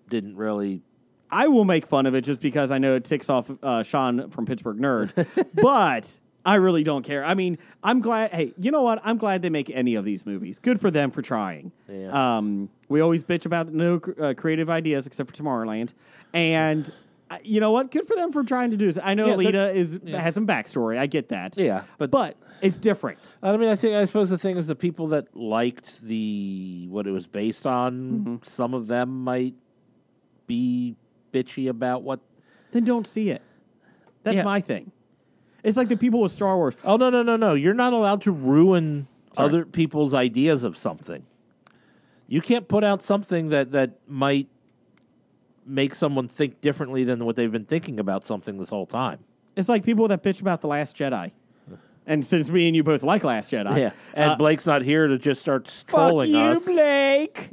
didn't really.
I will make fun of it just because I know it ticks off uh, Sean from Pittsburgh Nerd. but I really don't care. I mean, I'm glad. Hey, you know what? I'm glad they make any of these movies. Good for them for trying.
Yeah.
Um, we always bitch about no uh, creative ideas except for Tomorrowland, and uh, you know what? Good for them for trying to do this. I know
Yeah,
Alita
that's-
is
yeah.
has some backstory. I get that.
Yeah,
but
but-
it's different.
I mean, I think I suppose the thing is the people that liked the what it was based on. Some of them might be bitchy about what.
Then don't see it. That's
Yeah.
my thing. It's like the people with Star Wars.
Oh no, no, no, no! You're not allowed to ruin other people's ideas of something. You can't put out something that that might make someone think differently than what they've been thinking about something this whole time.
It's like people that bitch about the Last Jedi. And since me and you both like Last Jedi,
and
uh,
Blake's not here to just start
Fuck
trolling
you,
us.
Blake.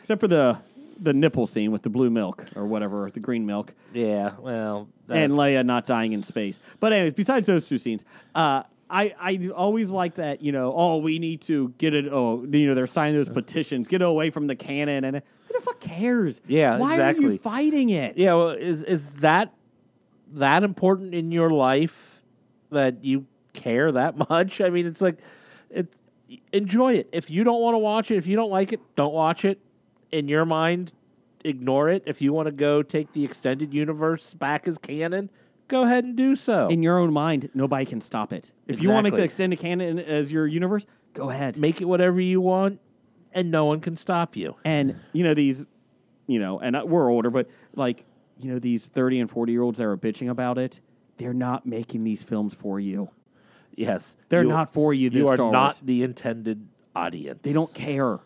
Except for the the nipple scene with the blue milk or whatever, or the green milk,
Yeah, well, that,
and Leia not dying in space. But anyways, besides those two scenes, uh, I I always like that. You know, oh, we need to get it. Oh, you know, they're signing those petitions. Get away from the cannon, and who the fuck cares?
Yeah,
why are you
exactly.
fighting it?
yeah, well, is is that that important in your life that you care that much? I mean, it's like it enjoy it. If you don't want to watch it, if you don't like it, don't watch it. In your mind, ignore it. If you want to go take the extended universe back as canon, go ahead and do so.
in your own mind, nobody can stop it. If you want to make the
Exactly.
extended canon as your universe, go ahead.
Make it whatever you want, and no one can stop you.
and you know these you know and uh, we're older but like you know these 30 and 40 year olds that are bitching about it they're not making these films for you
Yes,
They're
You-
not for you,
You
the
are
Star
not
Wars.
the intended audience.
they don't care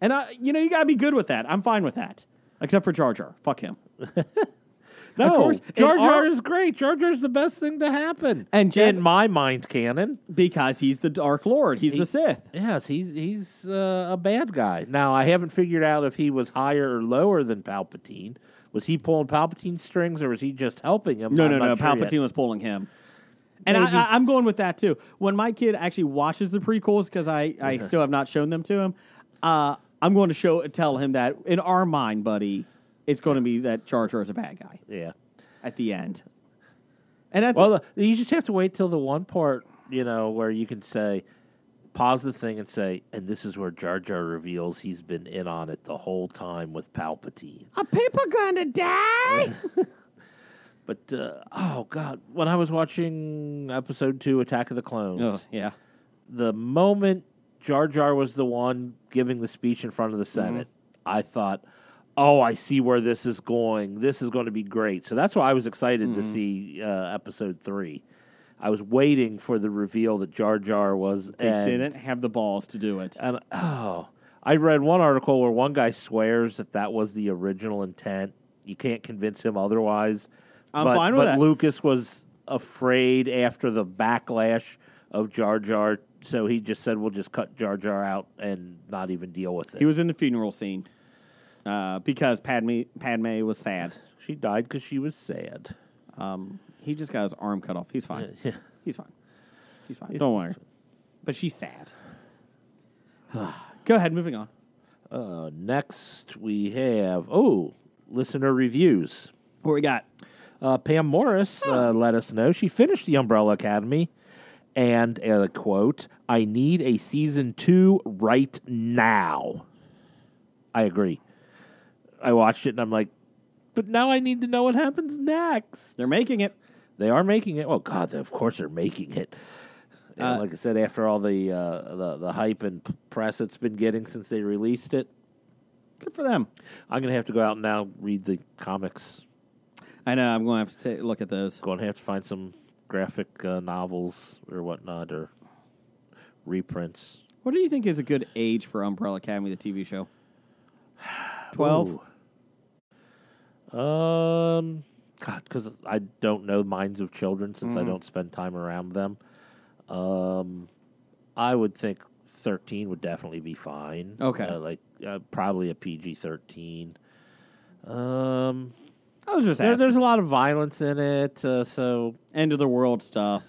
and i you know you got to be good with that i'm fine with that except for jar jar fuck him
No,
Of course, in
Jar Jar
our-
is great. Jar Jar's the best thing to happen.
And Jeff-
in my mind canon,
because he's the dark lord he's the sith
yes, he's he's uh, a bad guy. Now I haven't figured out if he was higher or lower than Palpatine. Was he pulling Palpatine's strings, or was he just helping him?
No,
I'm
no, no.
not sure
Palpatine was pulling him. And
Maybe.
I, I, I'm going with that too. When my kid actually watches the prequels, because I, I still have not shown them to him, uh, I'm going to show tell him that in our mind, buddy, it's going to be that Jar Jar is a bad guy
Yet. Yeah.
at the end. And at the-
Well, the- you just have to wait till the one part, you know, where you can say, pause the thing and say, and this is where Jar Jar reveals he's been in on it the whole time with Palpatine.
a people gonna die.
But uh, oh god, when I was watching episode two, Attack of the Clones,
oh, yeah.
the moment Jar Jar was the one giving the speech in front of the
Mm-hmm.
Senate, I thought, "Oh, I see where this is going. This is going to be great." So that's why I was excited
Mm-hmm.
to see uh, episode three. I was waiting for the reveal that Jar Jar was.
They
and,
didn't have the balls to do it.
and oh, I read one article where one guy swears that that was the original intent. You can't convince him otherwise.
I'm
but,
fine with
but
that.
Lucas was afraid after the backlash of Jar Jar, so he just said, "We'll just cut Jar Jar out and not even deal with it."
He was in the funeral scene uh, because Padme Padme was sad.
she died because she was sad.
Um, he just got his arm cut off. He's fine. He's fine. He's fine. Don't worry. But she's sad. Go ahead. Moving on.
Uh, next, we have oh, listener reviews.
What we got?
Uh, Pam Morris uh, let us know she finished the Umbrella Academy, and uh, quote, "I need a season two right now." I agree. I watched it and I'm like, but now I need to know what happens next.
They're making it.
They are making it. Well, God, they- of course they're making it. You know, like I said, after all the uh, the the hype and p- press it's been getting since they released it,
Good for them.
I'm gonna have to go out and now read the comics
I know. I'm going to have to take a look at those.
going to have to find some graphic uh, novels or whatnot or reprints.
What do you think is a good age for Umbrella Academy, the TV show? Twelve.
Ooh. Um, God, because I don't know minds of children since
Mm.
I don't spend time around them. Um, I would think thirteen would definitely be fine.
Okay.
Uh, like uh, probably a PG thirteen. Um,
I was just
there,
asking.
there's a lot of violence in it, uh, so
End of the world stuff.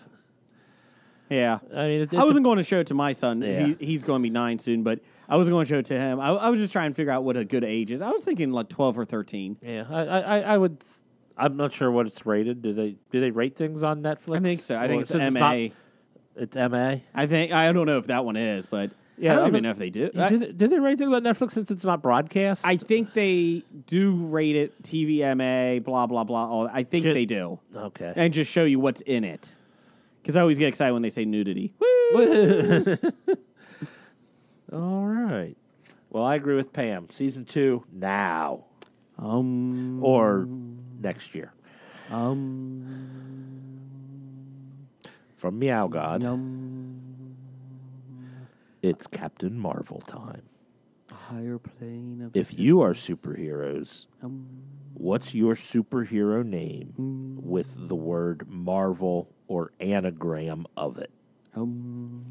Yeah.
I mean, it, it
I wasn't going to show it to my son.
Yeah.
He, he's going to be nine soon, but I wasn't going to show it to him. I, I was just trying to figure out what a good age is. I was thinking like twelve or thirteen.
Yeah, I, I, I- I would. I'm not sure what it's rated. Do they do they rate things on Netflix?
I think so. I
Or
think it's
since
MA.
not- It's MA.
I think I don't know if that one is, but
Yeah,
I don't
I
even
don't-
know if they do.
do, they, do they rate things on Netflix since it's not broadcast?
I think they do rate it TVMA, blah blah blah. All I think
Ju-
they do,
okay.
and just show you what's in it. Because I always get excited when they say nudity. Woo!
All right. Well, I agree with Pam. Season two now
Um,
or next year
um,
from Meow God.
um,
It's Captain Marvel time.
higher plane of Um,
If you are superheroes, what's your superhero name with the word Marvel or anagram of it?
um.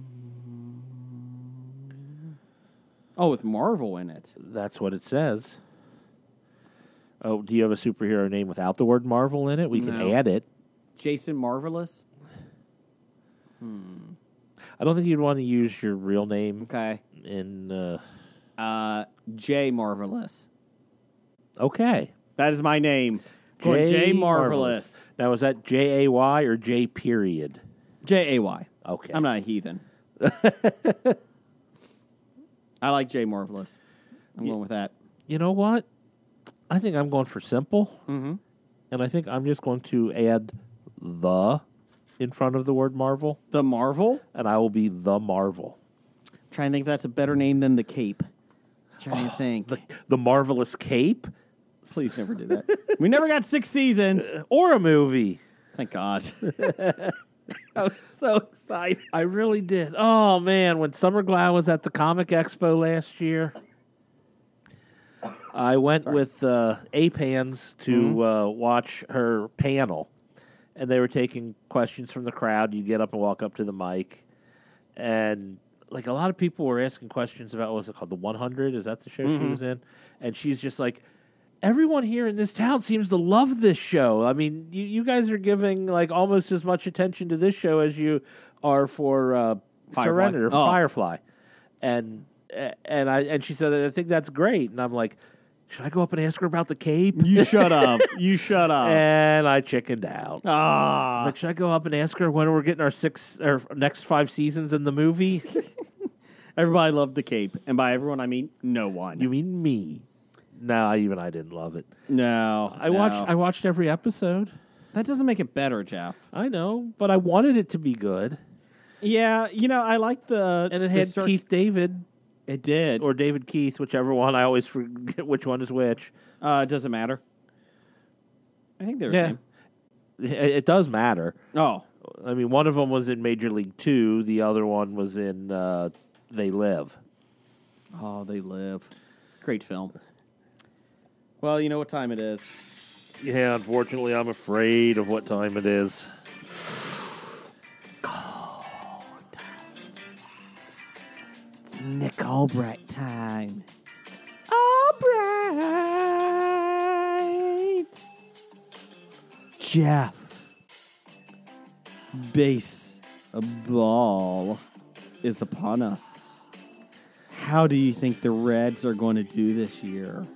oh, with Marvel in it.
That's what it says. Oh, do you have a superhero name without the word Marvel in it? We can
No.
add it.
Jason Marvelous.
I don't think you'd want to use your real name
Okay.
in. Uh,
Uh, J Marvelous.
okay.
That is my name. Going J Marvelous.
Now, is that J A Y or J period?
J A Y.
Okay.
I'm not a heathen. I like J Marvelous. I'm going with that.
You know what? I think I'm going for simple.
Mhm.
And I think I'm just going to add the in front of the word Marvel,
The Marvel.
and I will be the Marvel.
trying to think if that's a better name than the Cape. Trying to think.
The, the Marvelous Cape
Please never do that. we never got six seasons.
or a movie.
Thank God. I was so excited.
I really did. Oh man, when Summer Glau was at the Comic Expo last year, I went with uh, APANS to
Mm-hmm.
uh, watch her panel, and they were taking questions from the crowd. You get up and walk up to the mic, and like a lot of people were asking questions about what was it called, the 100? Is that the show
Mm-hmm.
she was in? And she's just like. Everyone here in this town seems to love this show. I mean, you, you guys are giving like almost as much attention to this show as you are for uh,
Firefly.
Serenity or
Oh.
Firefly. And and I and she said, I think that's great. And I'm like, should I go up and ask her about the cape?
You shut up. You shut up.
And I chickened out.
Ah.
Like, should I go up and ask her when we're getting our six or next five seasons in the movie?
Everybody loved the Cape, and by everyone I mean no one.
you mean me? No, even I didn't love it.
no,
I watched I watched every episode.
that doesn't make it better, Jeff.
I know, but I wanted it to be good.
Yeah, you know I like the
And
the
it had
cir-
Keith David
It did,
or David Keith, whichever one. I always forget which one is which.
uh, it doesn't matter. I think they're the
Yeah.
same.
It, it does matter.
Oh,
I mean, one of them was in Major League Two. The other one was in uh, They Live.
oh, they live. Great film. Well, you know what time it is.
Yeah, unfortunately, I'm afraid of what time it is.
Nick Albright time. Albright. Jeff. Base ball is upon us. How do you think the Reds are going to do this year?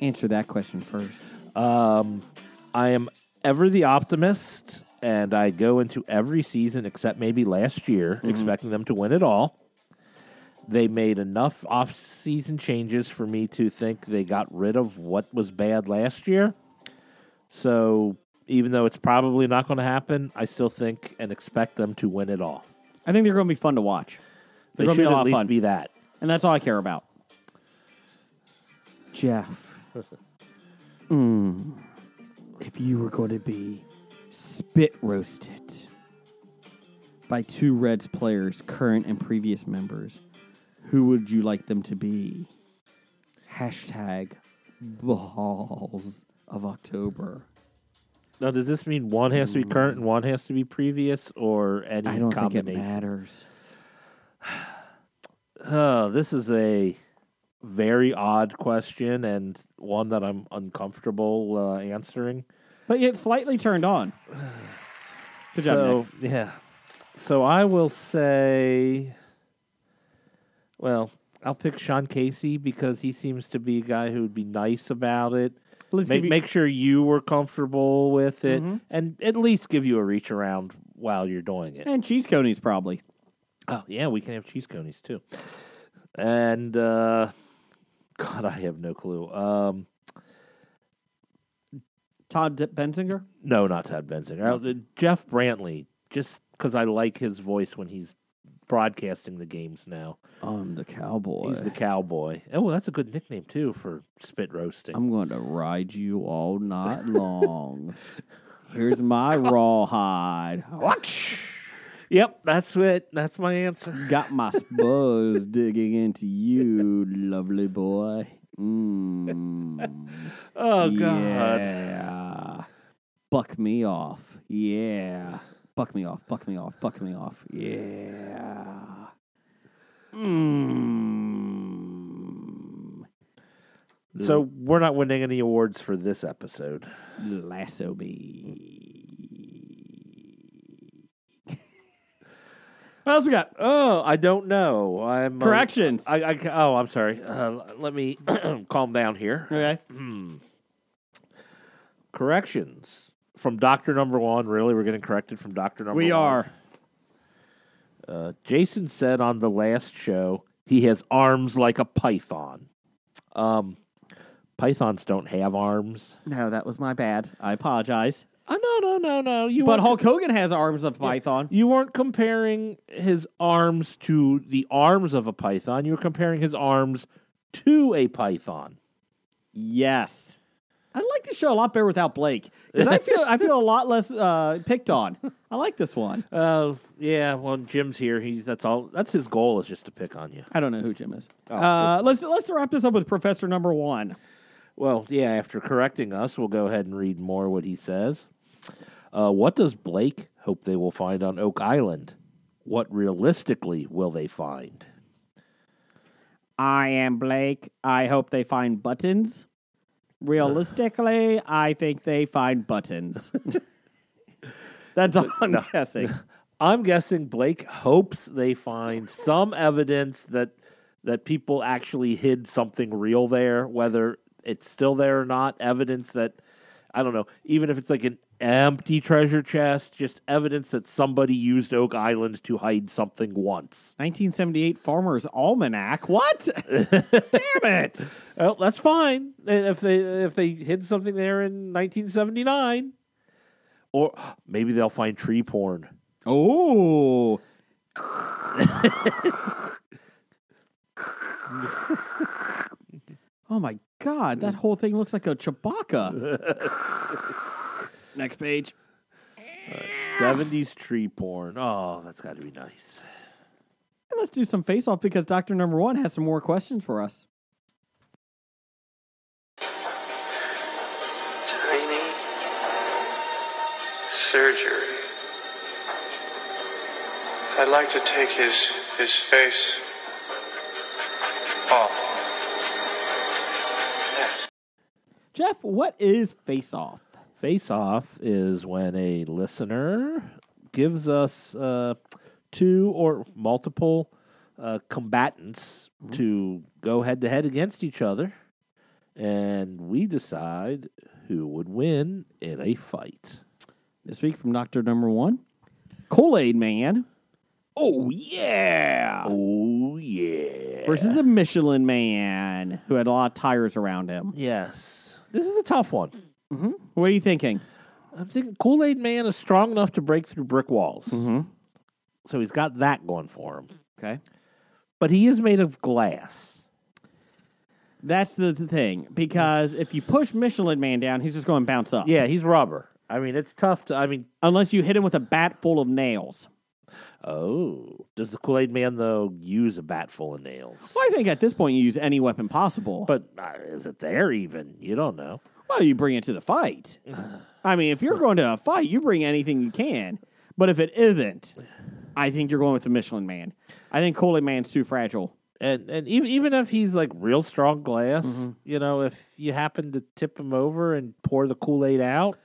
Answer that question first.
Um, I am ever the optimist, and I go into every season except maybe last year
Mm-hmm.
expecting them to win it all. They made enough off-season changes for me to think they got rid of what was bad last year. So even though it's probably not going to happen, I still think and expect them to win it all.
I think they're going to be fun to watch.
They
They're gonna be
should
a lot
at
of
least
fun.
be that.
And that's all I care about. Jeff.
Hmm.
Mm. if you were going to be spit roasted by two Reds players, current and previous members, who would you like them to be? Hashtag balls of October.
Now, does this mean one has to be current and one has to be previous, or any
Mm. I don't think it
combination?
matters.
Oh, this is a very odd question and one that I'm uncomfortable uh, answering.
But yet slightly turned on. Good job,
so,
Nick.
yeah. So I will say, well, I'll pick Sean Casey because he seems to be a guy who would be nice about it.
Let's
make
give you- Mm-hmm.
make sure you were comfortable with it, and at least give you a reach around while you're doing it.
and cheese conies probably.
Oh yeah, we can have cheese conies too. And uh, God, I have no clue. Um,
Todd D- Bensinger.
no, not Todd Benzinger. Uh, Jeff Brantley, just because I like his voice when he's broadcasting the games now.
I'm the cowboy.
He's the cowboy. Oh, well, that's a good nickname too for spit roasting.
going to ride you all night long. Here's my rawhide.
Watch. Yep, that's it. That's my answer.
Got my spurs digging into you, lovely boy. Mmm.
Oh God.
Yeah. Buck me off. Yeah. Buck me off. Buck me off. Buck me off. Yeah.
Hmm.
Mmm.
So we're not winning any awards for this episode.
Lasso me. what else we got?
Oh, I don't know. I'm uh,
Corrections.
I, I ca- oh, I'm sorry. Uh, let me calm down here.
Okay.
Corrections from Doctor Number One. Really, we're getting corrected from Doctor Number.
We
One.
are.
Uh, Jason said on the last show he has arms like a python. Um, pythons don't have arms.
No, that was my bad. I apologize.
Oh no no no no! You
But
weren't-
Hulk Hogan has arms of python.
You weren't comparing his arms to the arms of a python. You were comparing his arms to a python.
Yes. I like this show a lot better without Blake because I feel I feel a lot less uh, picked on. I like this one.
Oh yeah, well Jim's here. He's that's all. That's his goal is just to pick on you.
I don't know who Jim is.
Oh,
uh, let's let's wrap this up with Professor Number One.
Well, yeah. After correcting us, we'll go ahead and read more what he says. Uh, what does Blake hope they will find on Oak Island? What realistically will they find?
I am Blake. I hope they find buttons. Realistically, I think they find buttons. That's all I'm guessing.
I'm guessing Blake hopes they find some evidence that that people actually hid something real there, whether it's still there or not. Evidence that I don't know, even if it's like an empty treasure chest, just evidence that somebody used Oak Island to hide something once.
1978 Farmer's Almanac. What? Damn it.
Well, that's fine if they if they hid something there in 1979, or maybe they'll find tree porn.
Oh. oh my God. That whole thing looks like a Chewbacca. Next page.
70s tree porn. Oh, that's got to be nice.
And let's do some face off because Dr. Number One has some more questions for us.
tiny surgery. I'd like to take his his face off.
Jeff, what is face off?
Face off is when a listener gives us uh, two or multiple uh, combatants to go head to head against each other, and we decide who would win in a fight.
This week from Doctor Number One, Kool Aid Man. Oh yeah!
Oh yeah!
Versus the Michelin Man, who had a lot of tires around him.
Yes, this is a tough one.
What are you thinking?
I'm thinking Kool Aid Man is strong enough to break through brick walls,
Mhm.
so he's got that going for him.
Okay,
But he is made of glass.
that's the the thing because if you push Michelin Man down, he's just going to bounce up.
Yeah, he's rubber. I mean, it's tough to. I mean,
Unless you hit him with a bat full of nails.
oh, does the Kool Aid Man though use a bat full of nails?
Well, I think at this point you use any weapon possible.
But uh, is it there even? You don't know.
Well, you bring it to the fight. I mean, if you're going to a fight, you bring anything you can. But if it isn't, I think you're going with the Michelin Man. I think Kool Aid Man's too fragile.
And and even even if he's like real strong glass,
Mm-hmm.
you know, if you happen to tip him over and pour the Kool Aid out,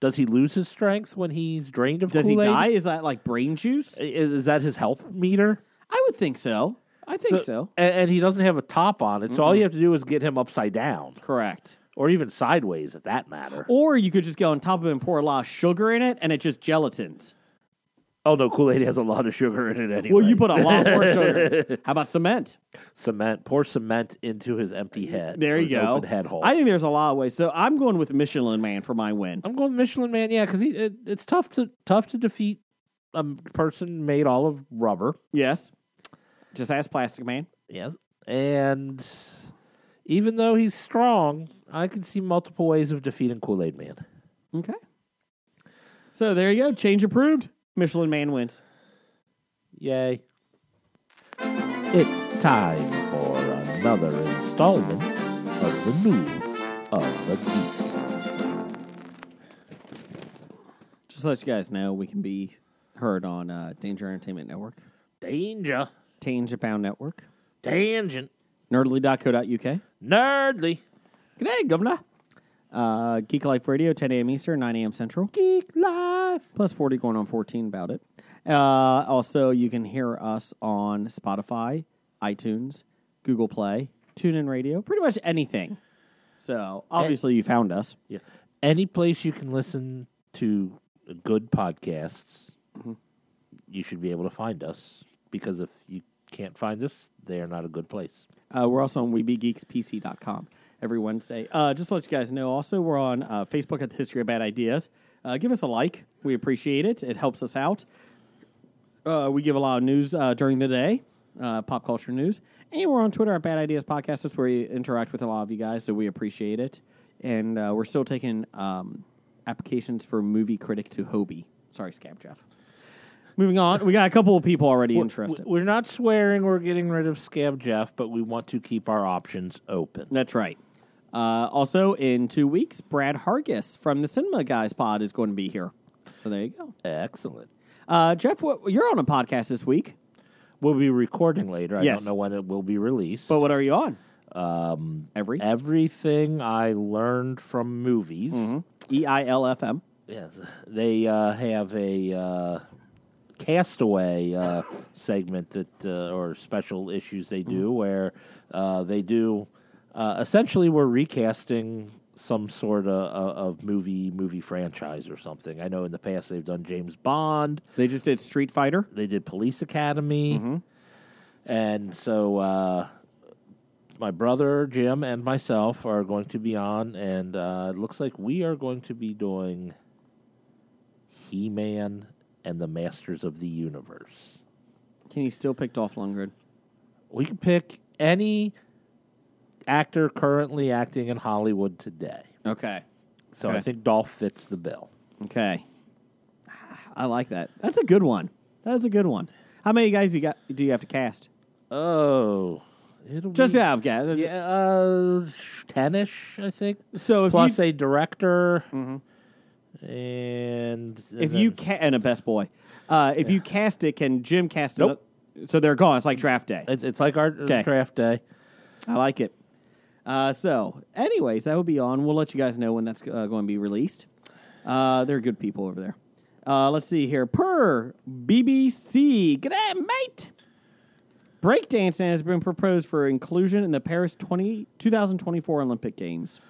does he lose his strength when he's drained of
Does
Kool-Aid?
he die? Is that like brain juice?
Is, is that his health meter?
I would think so. I think so.
And, and he doesn't have a top on it, so all you have to do is get him upside down.
Correct.
or even sideways at that matter.
Or you could just get on top of it and pour a lot of sugar in it, and it just gelatins.
Oh no, Kool Aid has a lot of sugar in it anyway.
Well, you put a lot more sugar. in it. How about cement?
cement, pour cement into his empty head.
There
or
you
his
go.
Open head hole.
I think there's a lot of ways. So I'm going with Michelin Man for my win.
I'm going Michelin Man, yeah, because it, it's tough to tough to defeat a person made all of rubber.
Yes. Just ask Plastic Man.
Yes, and even though he's strong, I can see multiple ways of defeating Kool Aid Man.
Okay. So there you go. Change approved. Michelin Man wins.
Yay! It's time for another installment of the news of the geek.
Just to let you guys know, we can be heard on uh, Danger Entertainment Network,
Danger,
Tangent Bound Network,
tangent,
nerdly.co.uk.
nerdly,
Good day, Governor. Uh, Geek Life Radio, 10 a.m. Eastern, 9 a.m. Central.
geek life.
Plus 40 going on 14 about it. Uh, also, you can hear us on Spotify, iTunes, Google Play, TuneIn Radio, pretty much anything. So obviously, you found us.
Yeah. Any place you can listen to good podcasts,
Mm-hmm.
you should be able to find us because if you can't find us, they are not a good place.
Uh, we're also on WeBeGeeksPC.com every Wednesday. Uh, just to let you guys know, also, we're on uh, Facebook at the History of Bad Ideas. Uh, give us a like. We appreciate it. It helps us out. Uh, we give a lot of news uh, during the day, uh, pop culture news. And we're on Twitter at Bad Ideas Podcast. That's where we interact with a lot of you guys, so we appreciate it. And uh, we're still taking um, applications for movie critic to Hobie. Sorry, Scab Jeff. Moving on, we got a couple of people already interested.
We're not swearing we're getting rid of Scab Jeff, but we want to keep our options open.
That's right. Uh, also, in two weeks, Brad Hargis from the Cinema Guys Pod is going to be here. So there you go.
Excellent.
Uh, Jeff, what, you're on a podcast this week,
We'll be recording later. I
Yes.
don't know when it will be released.
but what are you on?
um,
Every
everything I learned from movies.
E I L F M.
Yes, they uh, have a uh, castaway uh, segment that uh, or special issues they do where uh, they do uh, essentially we're recasting some sort of, of movie movie franchise or something. I know in the past they've done James Bond,
They just did Street Fighter.
they did Police Academy,
Mm-hmm.
and so uh, my brother Jim and myself are going to be on, and uh, it looks like we are going to be doing He Man and the Masters of the Universe.
Can you still pick Dolph Lundgren?
We can pick any actor currently acting in Hollywood today,
Okay.
so I
Okay.
think Dolph fits the bill.
Okay. Ah, I like that. That's a good one. That is a good one. How many guys you got? Do you have to cast?
Oh, it'll
Just
be,
yeah, I've got.
yeah, uh, ten-ish, I think.
So if
plus
you, Mm-hmm.
a director and, and
if
then-
you ca- and a best boy, uh, if you cast it, can Jim cast it? So they're gone. It's like draft day.
it, it's like our
Okay.
draft day
I like it. Uh, so, anyways, that will be on. We'll let you guys know when that's uh, going to be released. Uh, they're good people over there. Uh, let's see here. Per BBC. G'day, mate. Breakdancing has been proposed for inclusion in the Paris 20, 2024 Olympic Games.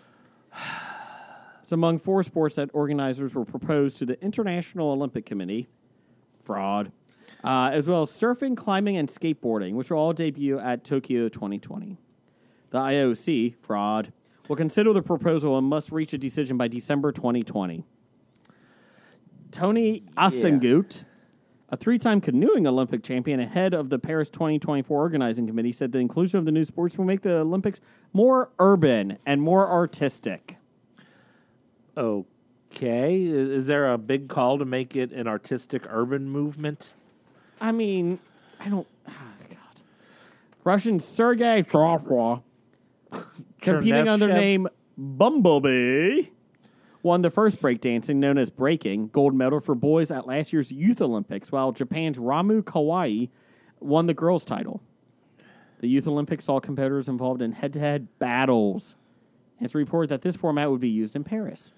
It's among four sports that organizers were proposed to the International Olympic Committee. Fraud. Uh, as well as surfing, climbing, and skateboarding, which will all debut at Tokyo 2020. The IOC, fraud, will consider the proposal and must reach a decision by December 2020. Tony Ostengut, a three time canoeing Olympic champion and head of the Paris 2024 organizing committee, said the inclusion of the new sports will make the Olympics more urban and more artistic.
okay is, is there a big call to make it an artistic urban movement
I mean, I don't. Oh God. Russian Sergei Chorwa, competing under
Chernevchev?
name Bumblebee, won the first breakdancing, known as breaking, gold medal for boys at last year's Youth Olympics, while Japan's Ramu Kawai won the girls' title. The Youth Olympics saw competitors involved in head to head battles. It's reported that this format would be used in Paris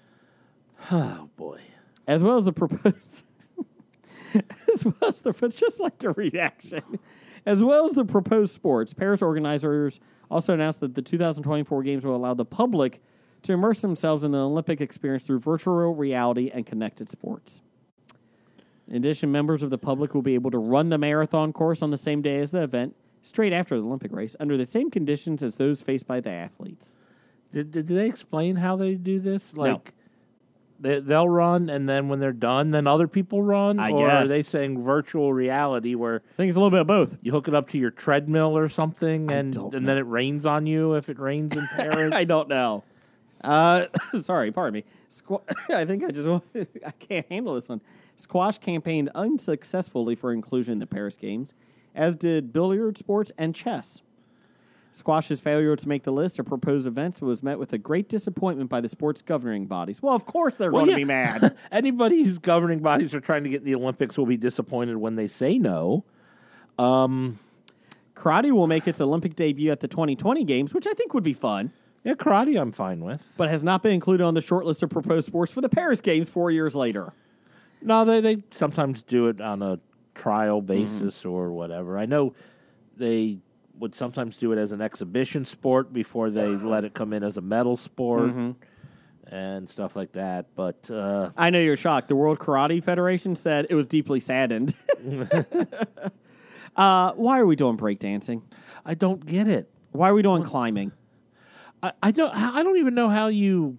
oh boy
as well as the proposed, as well as the but just like the reaction, as well as the proposed sports. Paris organizers also announced that the 2024 games will allow the public to immerse themselves in the Olympic experience through virtual reality and connected sports. In addition, members of the public will be able to run the marathon course on the same day as the event, straight after the Olympic race, under the same conditions as those faced by the athletes.
Did, did they explain how they do this? Like, they, they'll run, and then when they're done, then other people run?
I
or are
guess.
they saying virtual reality where
I think it's a little bit of both.
you hook it up to your treadmill or something,
I
and,
don't
and then it rains on you if it rains in Paris?
I don't know. Uh, sorry, pardon me. Squ- I think I just want- I can't handle this one. Squash campaigned unsuccessfully for inclusion in the Paris Games, as did billiard sports and chess. Squash's failure to make the list of proposed events was met with a great disappointment by the sports governing bodies. Well, of course they're
Well,
going to
yeah.
be mad.
Anybody whose governing bodies are trying to get in the Olympics will be disappointed when they say no.
Karate will make its Olympic debut at the 2020 Games, which I think would be fun,
Yeah, karate, I'm fine with.
but has not been included on the short list of proposed sports for the Paris Games four years later.
No, they they sometimes do it on a trial
Mm-hmm.
basis or whatever. I know they would sometimes do it as an exhibition sport before they let it come in as a medal sport
Mm-hmm.
and stuff like that. But uh,
I know you're shocked. The World Karate Federation said it was deeply saddened. uh, why are we doing breakdancing?
I don't get it.
Why are we doing climbing?
I, I don't. I don't even know how you.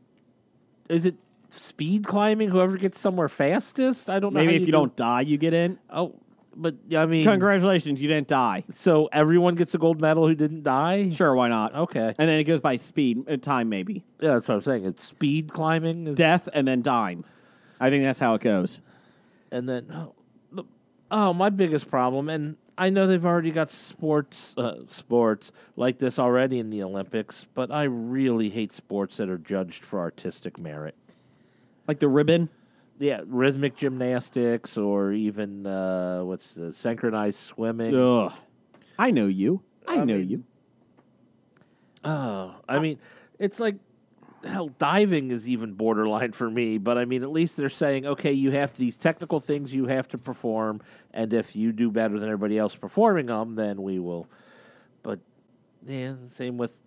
Is it speed climbing? Whoever gets somewhere fastest. I don't know.
Maybe
how
if you
do-
don't die, you get in.
Oh, but I mean,
Congratulations, you didn't die.
so everyone gets a gold medal who didn't die.
Sure, why not?
Okay.
And then it goes by speed, uh, time maybe.
Yeah, that's what I'm saying. It's speed climbing. Is
Death and then dime. I think that's how it goes.
and then oh, the- oh my biggest problem and i know they've already got sports uh, sports like this already in the olympics but i really hate sports that are judged for artistic merit
Like the ribbon.
yeah rhythmic gymnastics or even uh, what's the synchronized swimming
Ugh. I know you. I, know you.
oh i mean it's like hell diving is even borderline for me but i mean at least they're saying okay you have these technical things you have to perform and if you do better than everybody else performing them then we will but yeah same with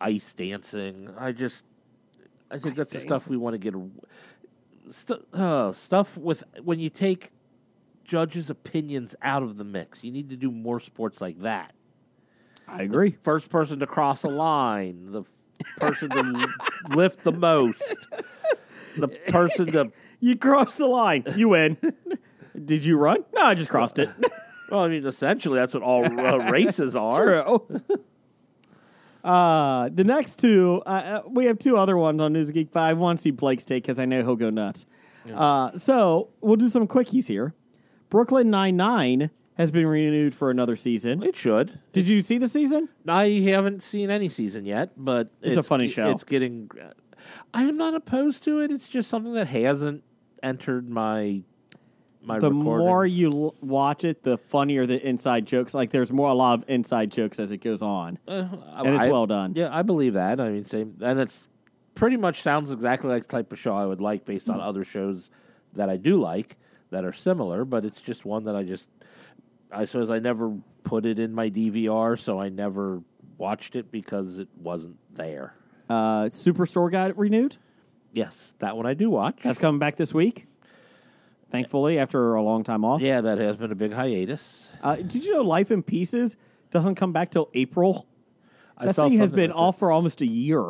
ice dancing i just i think that's the stuff we want to get aw- stu- uh, stuff with when you take judges opinions out of the mix you need to do more sports like that
I agree.
first person to cross a line, the person to lift the most, the person to.
You crossed the line. You win. Did you run? No, I just crossed it.
Well, I mean, essentially, that's what all uh, races are.
True. uh, the next two, uh, uh, we have two other ones on News Geek 5. I want to see Blake's take because I know he'll go nuts. Uh, so we'll do some quickies here. Brooklyn Nine-Nine has been renewed for another season.
It should.
Did you see the season?
I haven't seen any season yet, but
It's a funny show.
It's getting. I am not opposed to it. It's just something that hasn't entered my my.
the
recording.
more you l- watch it, the funnier the inside jokes. Like there's more a lot of inside jokes as it goes on.
Uh,
And it's well done.
Yeah, I believe that. I mean, same, and it's pretty much sounds exactly like the type of show I would like based on
Mm.
other shows that I do like that are similar. But it's just one that I just, I suppose I never put it in my DVR, so I never watched it because it wasn't there.
Uh, Superstore got renewed.
Yes, that one I do watch.
That's coming back this week. Thankfully, after a long time off.
yeah, that has been a big hiatus.
Uh, did you know Life in Pieces doesn't come back till April?
I
That
saw
thing has
something
been
that said-
off for almost a year.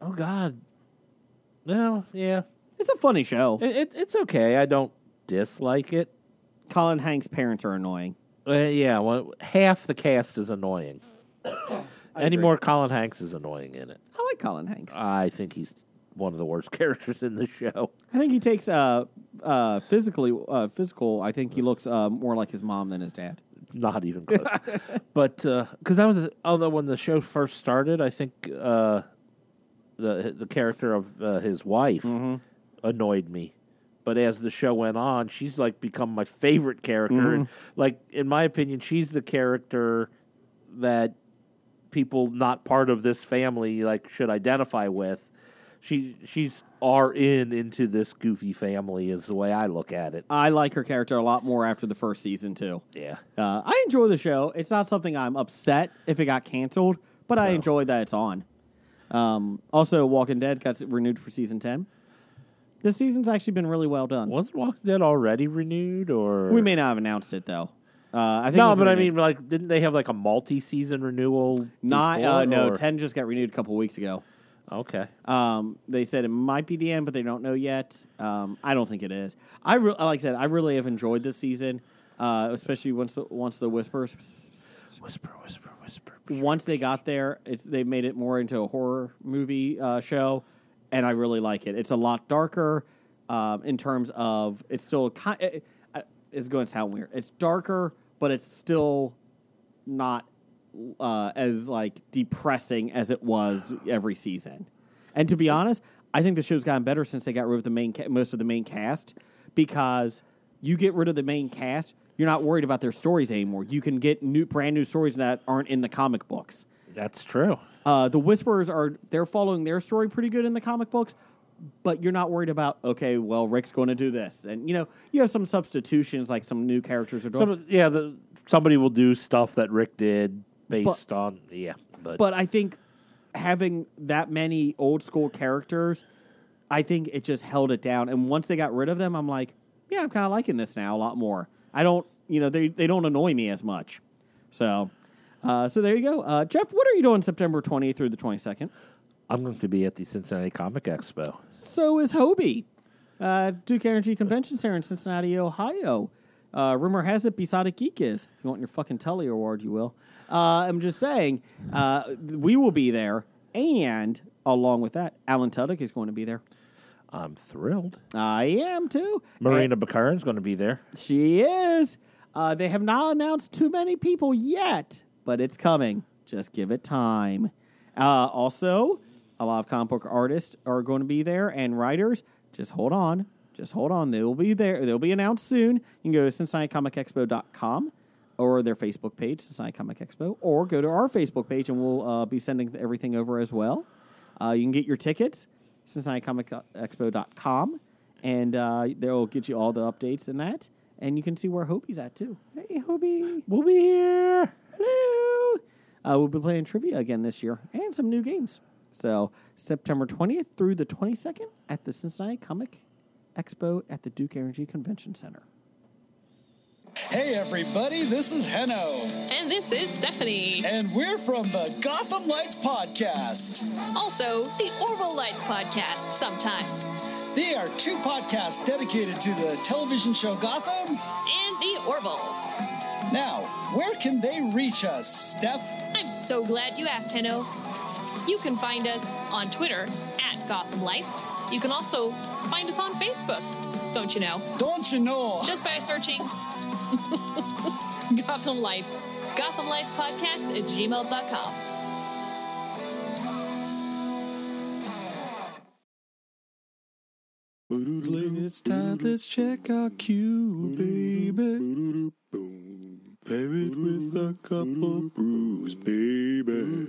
Oh God. No, yeah,
It's a funny show.
it, it, it's okay. I don't dislike it.
Colin Hanks' parents are annoying.
Uh, yeah, well, half the cast is annoying.
agree.
Any more Colin Hanks is annoying in it.
I like Colin Hanks.
I think he's one of the worst characters in the show.
I think he takes uh, uh, physically uh, physical. I think he looks uh, more like his mom than his dad.
Not even close. but because that was, although when the show first started, I think uh, the the character of uh, his wife annoyed me. But as the show went on, she's like become my favorite character. And, like in my opinion, she's the character that people not part of this family like should identify with. She she's are in into this goofy family is the way I look at it.
I like her character a lot more after the first season too.
Yeah.
Uh, I enjoy the show. It's not something I'm upset if it got canceled, but I enjoy that it's on. Um, also, Walking Dead got renewed for season ten. This season's actually been really well done.
Wasn't Walking Dead already renewed, or
We may not have announced it though. Uh, I think it
No,
was
but I
renewed.
mean, like, didn't they have like a multi-season renewal?
not.
before,
Uh, no,
or-
ten just got renewed a couple weeks ago.
Okay.
Um, they said it might be the end, but they don't know yet. Um, I don't think it is. I re- like I said, I really have enjoyed this season, uh, especially once the, once the whispers
Whisper, whisper, whisper.
once they got there, it's they made it more into a horror movie uh, show, and I really like it. It's a lot darker um, in terms of it's still kind. It, it, it's going to sound weird. It's darker, but it's still not uh, as like depressing as it was every season. And to be honest, I think the show's gotten better since they got rid of the main ca- most of the main cast because you get rid of the main cast, you're not worried about their stories anymore. You can get new, brand new stories that aren't in the comic books.
That's true.
Uh, the Whisperers are they're following their story pretty good in the comic books, but you're not worried about okay, well Rick's going to do this, and you know you have some substitutions like some new characters are doing.
Some, yeah, the, somebody will do stuff that Rick did based on yeah, but,
But I think having that many old school characters, I think it just held it down. And once they got rid of them, I'm like, yeah, I'm kind of liking this now a lot more. I don't, you know, they they don't annoy me as much. So, uh, so there you go, uh, Jeff. What are you doing September 20th through the 22nd?
I'm going to be at the Cincinnati Comic Expo.
So is Hobie. Uh, Duke Energy Convention Center in Cincinnati, Ohio. Uh, rumor has it Besotted Geek is. If you want your fucking Tully award, you will. Uh, I'm just saying, uh, we will be there. And along with that, Alan Tudyk is going to be there.
I'm thrilled.
I am too.
Marina Bakarin's going to be there.
And she is. Uh, they have not announced too many people yet, but it's coming. Just give it time. Uh, also, a lot of comic book artists are going to be there and writers. Just hold on. Just hold on. They will be there. They'll be announced soon. You can go to CincinnatiComicExpo.com or their Facebook page, Cincinnati Comic Expo, or go to our Facebook page and we'll uh, be sending everything over as well. Uh, you can get your tickets, CincinnatiComicExpo.com, and uh, they'll get you all the updates and that. And you can see where Hobie's at too. Hey, Hobie.
We'll be here.
Hello. Uh, we'll be playing trivia again this year and some new games. So September 20th through the 22nd at the Cincinnati Comic Expo at the Duke Energy Convention Center.
Hey, everybody, this is Heno,
And this is Stephanie.
and we're from the Gotham Lights Podcast.
Also, the Orville Lights podcast sometimes.
They are two podcasts dedicated to the television show Gotham.
And the Orville.
Now, where can they reach us, Steph?
I'm so glad you asked, Heno. You can find us on Twitter at Gotham Lights. You can also find us on Facebook, don't you know?
Don't you know?
Just by searching Gotham Lights. Gotham Lights Podcast at gmail.com.
It's time, let's check our cue, baby. Pair it with a couple brews, baby.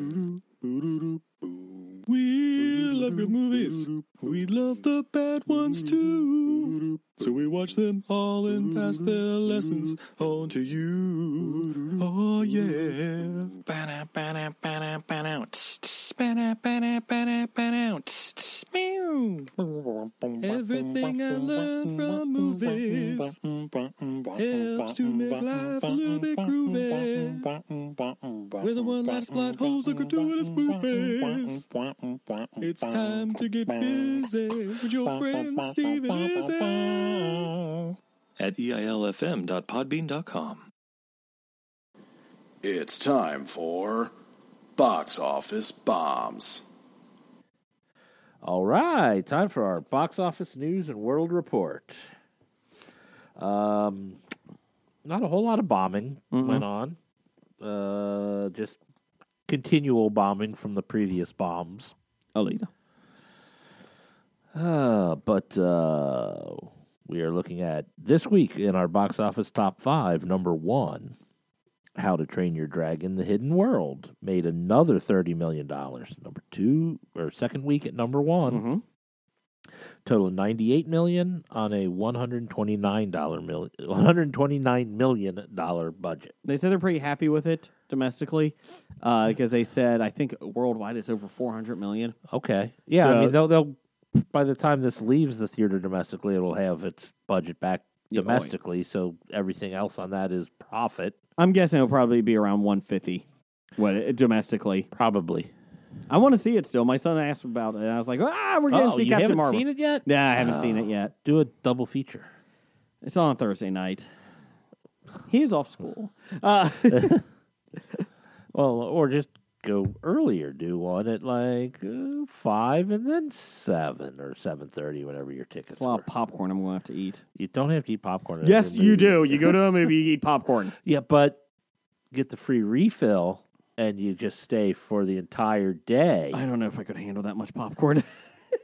We love good movies. We love the bad ones too. So we watch them all and pass their lessons on to you. Oh yeah.
Ba-da, ba-da, ba-da, ba-da, tss, tss, ba-da, ba-da, ba-da, ba-da, tss, tss, meow.
Everything I learned from movies helps to make life a little bit groovy. With a one last plot holes and gratuitous movies. It's time to get busy with your friend Steven Izzy.
At EILFM.podbean.com.
It's time for Box Office Bombs.
All right, time for our box office news and world report. Um, not a whole lot of bombing went on. Uh, just continual bombing from the previous bombs.
Alita.
Uh, but uh, we are looking at this week in our box office top five. Number one, How to Train Your Dragon: The Hidden World made another thirty million dollars. Number two, or second week at number one. total of 98 million on a 129 dollar mil- 129 million dollar budget.
They said they're pretty happy with it domestically because they said I think worldwide it's over 400 million.
Okay. Yeah, I
So-
mean they'll they'll by the time this leaves the theater domestically, it'll have its budget back
Yeah, oh, yeah.
domestically, so everything else on that is profit
I'm guessing it'll probably be around 150 what it- domestically.
probably.
I want to see it still. My son asked about it, and I was like, ah, we're going
Oh,
to see
you
Captain
haven't
Marvel.
seen it yet?
Nah, I haven't seen it yet.
Do a double feature.
It's on Thursday night. He's off school. Uh,
Well, or just go earlier. Do one at like uh, five and then seven or seven thirty, whenever your tickets.
It's a lot
were.
of popcorn I'm going to have to eat.
you don't have to eat popcorn. at
Yes,
every
you
movie.
do. You go to a movie, you eat popcorn.
Yeah, but get the free refill, and you just stay for the entire day.
I don't know if I could handle that much popcorn.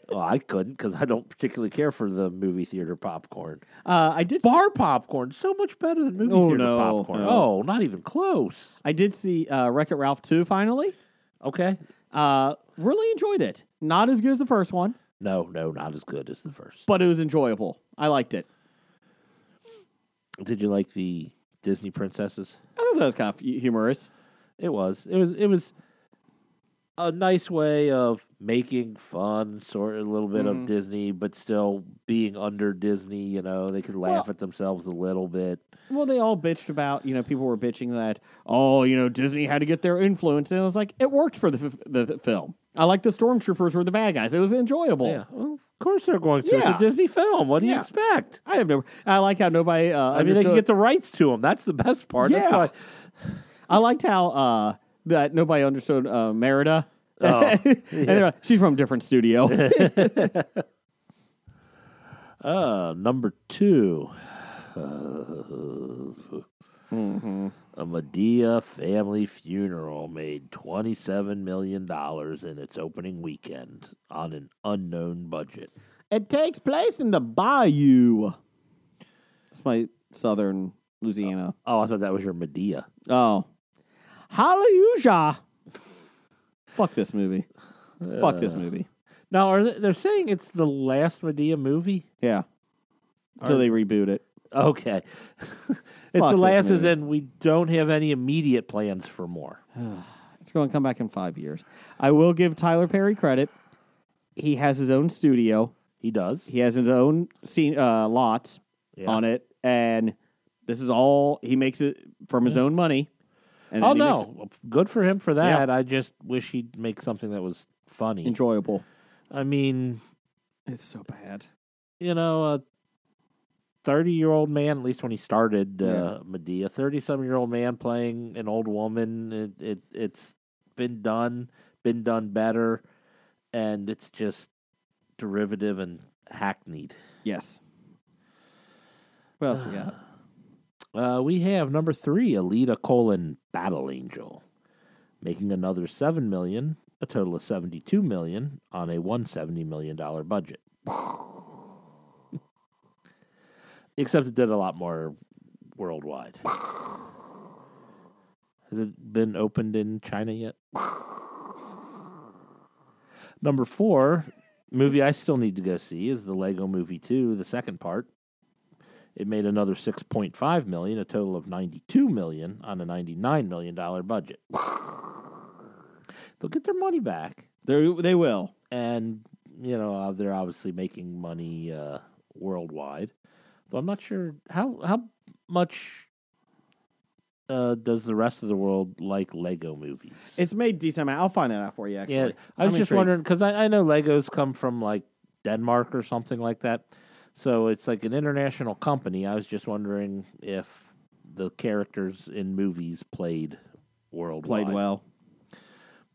Well, I couldn't because I don't particularly care for the movie theater popcorn.
Uh, I did.
Bar popcorn so much better than movie
Oh,
theater
no,
popcorn.
no.
Oh, not even close.
I did see uh, Wreck It Ralph 2 finally.
Okay.
Uh, really enjoyed it. Not as good as the first one,
No, no, not as good as the first.
but it was enjoyable. I liked it.
Did you like the Disney princesses?
I thought that was kind of hu- humorous.
It was. It was. It was a nice way of making fun, sort of a little bit of Disney, but still being under Disney. You know, they could laugh
Well-
at themselves a little bit.
Well, they all bitched about, you know, people were bitching that, oh, you know, Disney had to get their influence. And I was like, it worked for the, f- the, the film. I like the stormtroopers were the bad guys. It was enjoyable.
Yeah. Well, of course they're going to.
Yeah.
It's a Disney film. What do you
Yeah.
expect?
I have no. I like how nobody. Uh,
I mean, they can
understood-
get the rights to them. That's the best part. That's
Yeah.
why-
I liked how uh, that nobody understood uh, Merida.
Oh,
and they're like, she's from a different studio.
Uh, number two. A Medea family funeral made $27 million in its opening weekend on an unknown budget.
it takes place in the bayou. That's my southern Louisiana.
Oh, I thought that was your Medea.
Oh, Hallelujah! Fuck this movie. Fuck this movie.
Now, are they, they're saying it's the last Medea movie?
Yeah. So they reboot it.
Okay. it's the
this
last, as
movie.
in we don't have any immediate plans for more.
It's going to come back in five years. I will give Tyler Perry credit. He has his own studio.
He does.
He has his own scene, uh, lots
Yeah.
on it, and this is all he makes it from his own money. And
Oh,
then he makes it
no. Good for him for that. I just wish he'd make something that was funny.
enjoyable.
I mean,
It's so bad.
you know, a 30 year old man, at least when he started uh,
Yeah.
Medea, 30 some year old man playing an old woman, it, it, it's been done, been done better, and it's just derivative and hackneyed.
Yes. What else we got?
Uh, we have number three, Alita colon Battle Angel, making another seven million, a total of seventy-two million on a one seventy million dollar budget. Except it did a lot more worldwide. Has it been opened in China yet? Number four movie I still need to go see is the Lego Movie Two, the second part. It made another 6.5 million, a total of 92 million on a 99 million dollar budget. They'll get their money back,
They they will.
and you know uh, they're obviously making money uh, worldwide. But I'm not sure how how much uh, does the rest of the world like Lego movies.
It's made decent amount. I'll find that out for you. Actually,
yeah, I
I'm
was just
intrigued.
wondering because I, I know Legos come from like Denmark or something like that, so it's like an international company. I was just wondering if the characters in movies played worldwide.
Played well.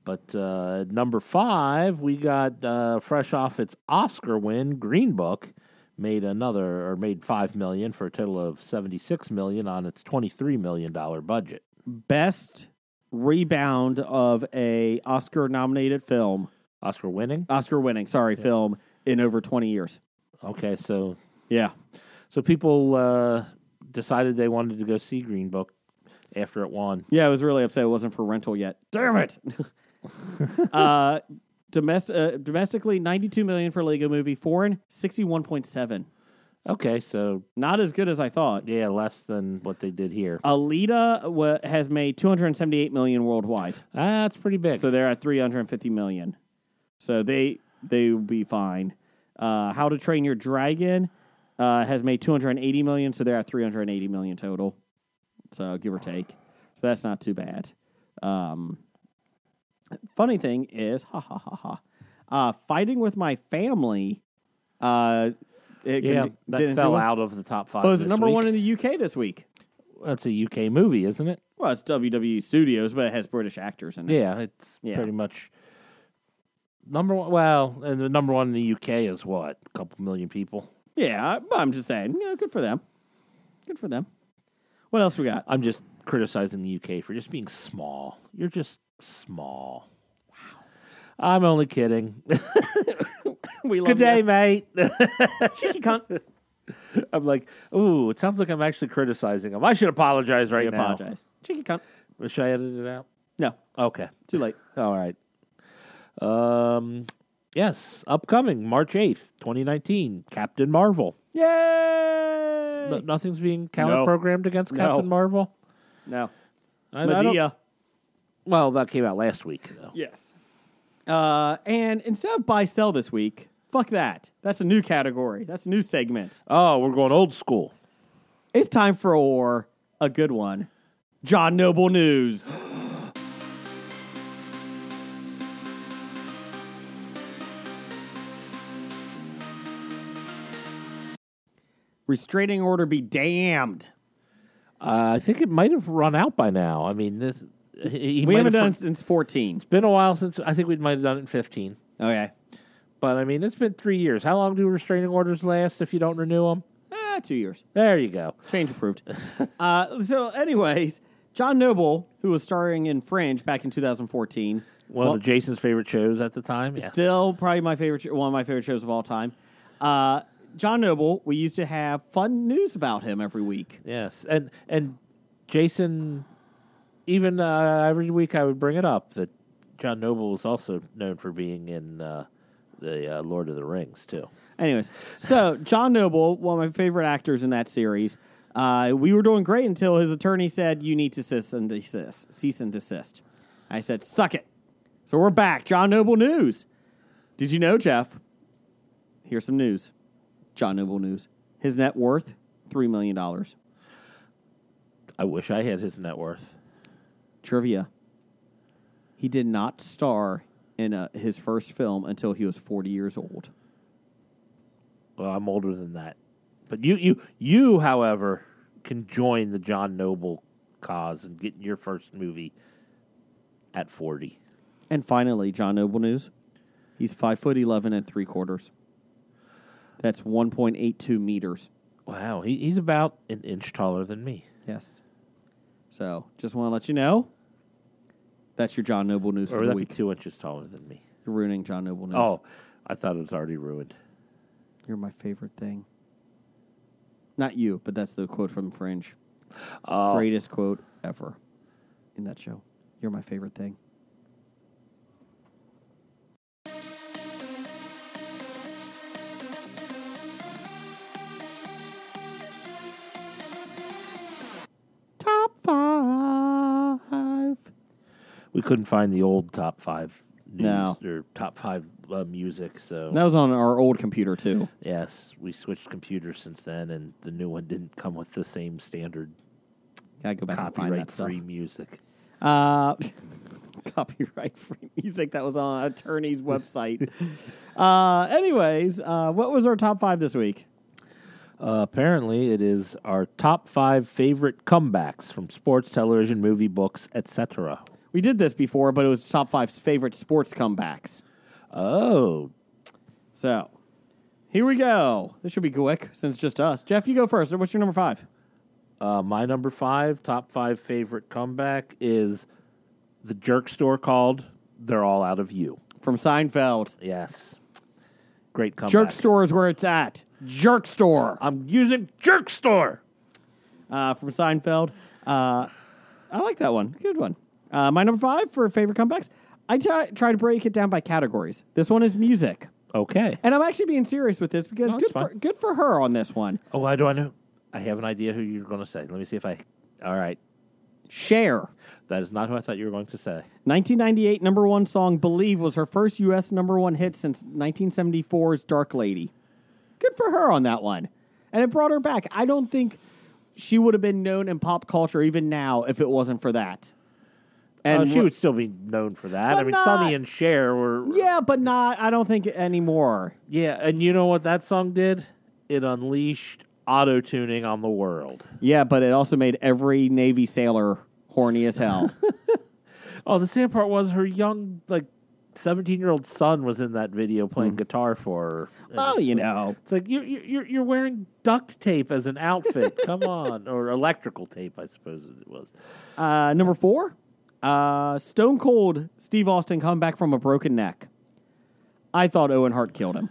But uh, at number five, we got uh, fresh off its Oscar win, Green Book made another or made five million for a total of seventy six million on its twenty three million dollar budget.
Best rebound of a Oscar nominated film,
Oscar winning.
Oscar winning. Sorry, film in over twenty years.
Okay, so
Yeah.
So people uh, decided they wanted to go see Green Book after it won.
Yeah, I was really upset it wasn't for rental yet. Damn it. uh, Domest- uh, domestically, 92 million for Lego Movie. Foreign, 61.7.
Okay, so
Not as good as I thought.
yeah, less than what they did here.
Uh, Alita wa has made 278 million worldwide.
That's pretty big.
So they're at 350 million. So they they will be fine. Uh, How to Train Your Dragon uh, has made 280 million, so they're at 380 million total. So give or take. So that's not too bad. Um, funny thing is, ha ha ha ha. Uh, fighting with my family. Uh, it
yeah,
con-
that
didn't do
fell
well.
out of the top five.
But it was
this
number
week.
one in the UK this week.
That's a UK movie, isn't it?
Well, it's WWE Studios, but it has British actors in it.
Yeah, it's
Yeah.
pretty much number one. Well, and the number one in the UK is what a couple million people.
Yeah, I- but I'm just saying, you know, good for them. Good for them. What else we got?
I'm just criticizing the UK for just being small. You're just small. Wow. I'm only kidding.
We love
Good day,
you.
mate.
Cheeky cunt.
I'm like, ooh, it sounds like I'm actually criticizing him. I should apologize right
We
now.
apologize. Cheeky cunt.
Should I edit it out?
No,
Okay.
too late.
All right. Um, yes, upcoming March 8th, 2019, Captain Marvel.
Yay!
No- nothing's being counter programmed against
No.
Captain Marvel.
No.
I, I don't-
Medea.
well, that came out last week. Though.
Yes. Uh, and instead of buy sell this week, fuck that. That's a new category. That's a new segment.
Oh, we're going old school.
It's time for a good one. John Noble News. Restraining order be damned.
Uh, I think it might have run out by now. I mean, this he- he
we
might
haven't
have
done it
fr-
since 14.
It's been a while since I think we might have done it in 15.
Okay.
But I mean, it's been three years. How long do restraining orders last if you don't renew them?
Ah, two years.
There you go.
Change approved. uh, so, anyways, John Noble, who was starring in Fringe back in 2014,
One of Jason's favorite shows at the time. Yes.
Still, probably my favorite, sh- one of my favorite shows of all time. Uh, John Noble, we used to have fun news about him every week.
Yes, and and Jason, even uh, every week I would bring it up that John Noble was also known for being in uh, the uh, Lord of the Rings too.
Anyways, so John Noble, one of my favorite actors in that series, uh, we were doing great until his attorney said, "You need to cease and desist." Cease and desist. I said, "Suck it." So we're back. John Noble news. Did you know, Jeff? Here's some news. John Noble news. His net worth three million dollars.
I wish I had his net worth.
Trivia. He did not star in uh his first film until he was forty years old.
Well, I'm older than that, but you you you, however, can join the John Noble cause and get your first movie at 40.
And finally, John Noble news. He's five foot eleven and three quarters. That's one point eight two meters.
Wow, he, he's about an inch taller than me.
Yes. So just want to let you know. That's your John Noble news
Or
for
would
the
that be
week.
two inches taller than me?
You're ruining John Noble news.
Oh, I thought it was already ruined.
You're my favorite thing. Not you, but that's the quote from Fringe.
Oh,
Greatest quote ever in that show. You're my favorite thing. Top five.
We couldn't find the old top five news
No.
or top five uh, music. So
That was on our old computer too.
yes, we switched computers since then, and the new one didn't come with the same standard
Gotta go back and find that stuff.
copyright-free music.
Uh, copyright free music that was on attorney's website. uh, anyways, uh, what was our top five this week?
Uh, apparently, it is our top five favorite comebacks from sports, television, movie, books, etc.
We did this before, but it was top five favorite sports comebacks.
Oh,
So here we go. This should be quick since it's just us. Jeff, you go first. What's your number five?
uh, my number five, top five favorite comeback is the jerk store called "They're All Out of You."
From Seinfeld.
Yes, great comeback.
Jerk store is where it's at. Jerk store.
I'm using jerk store.
uh, from Seinfeld. Uh, I like that one. Good one. Uh, my number five for favorite comebacks. I try, try to break it down by categories. This one is music.
Okay.
And I'm actually being serious with this because
No, it's
good for
fine.
good for her on this one.
Oh, I do I know? I have an idea who you're going to say. Let me see if I. All right.
Cher,
That is not who I thought you were going to say.
1998 number one song "Believe" was her first U.S. number one hit since 1974's "Dark Lady." Good for her on that one, and it brought her back. I don't think she would have been known in pop culture even now if it wasn't for that.
And Oh, she
wh-
would still be known for that.
But
I mean,
not-
Sonny and Cher were.
yeah, but not. I don't think anymore.
Yeah, and you know what that song did? It unleashed auto tuning on the world.
Yeah, but it also made every Navy sailor horny as hell.
Oh, the sad part was her young, like, 17 year old son was in that video playing guitar for her. And
well, Oh, you know,
It's like you're, you're you're- you're wearing duct tape as an outfit. Come on, or electrical tape, I suppose it was.
Uh, number four, uh, Stone Cold Steve Austin come back from a broken neck. I thought Owen Hart killed him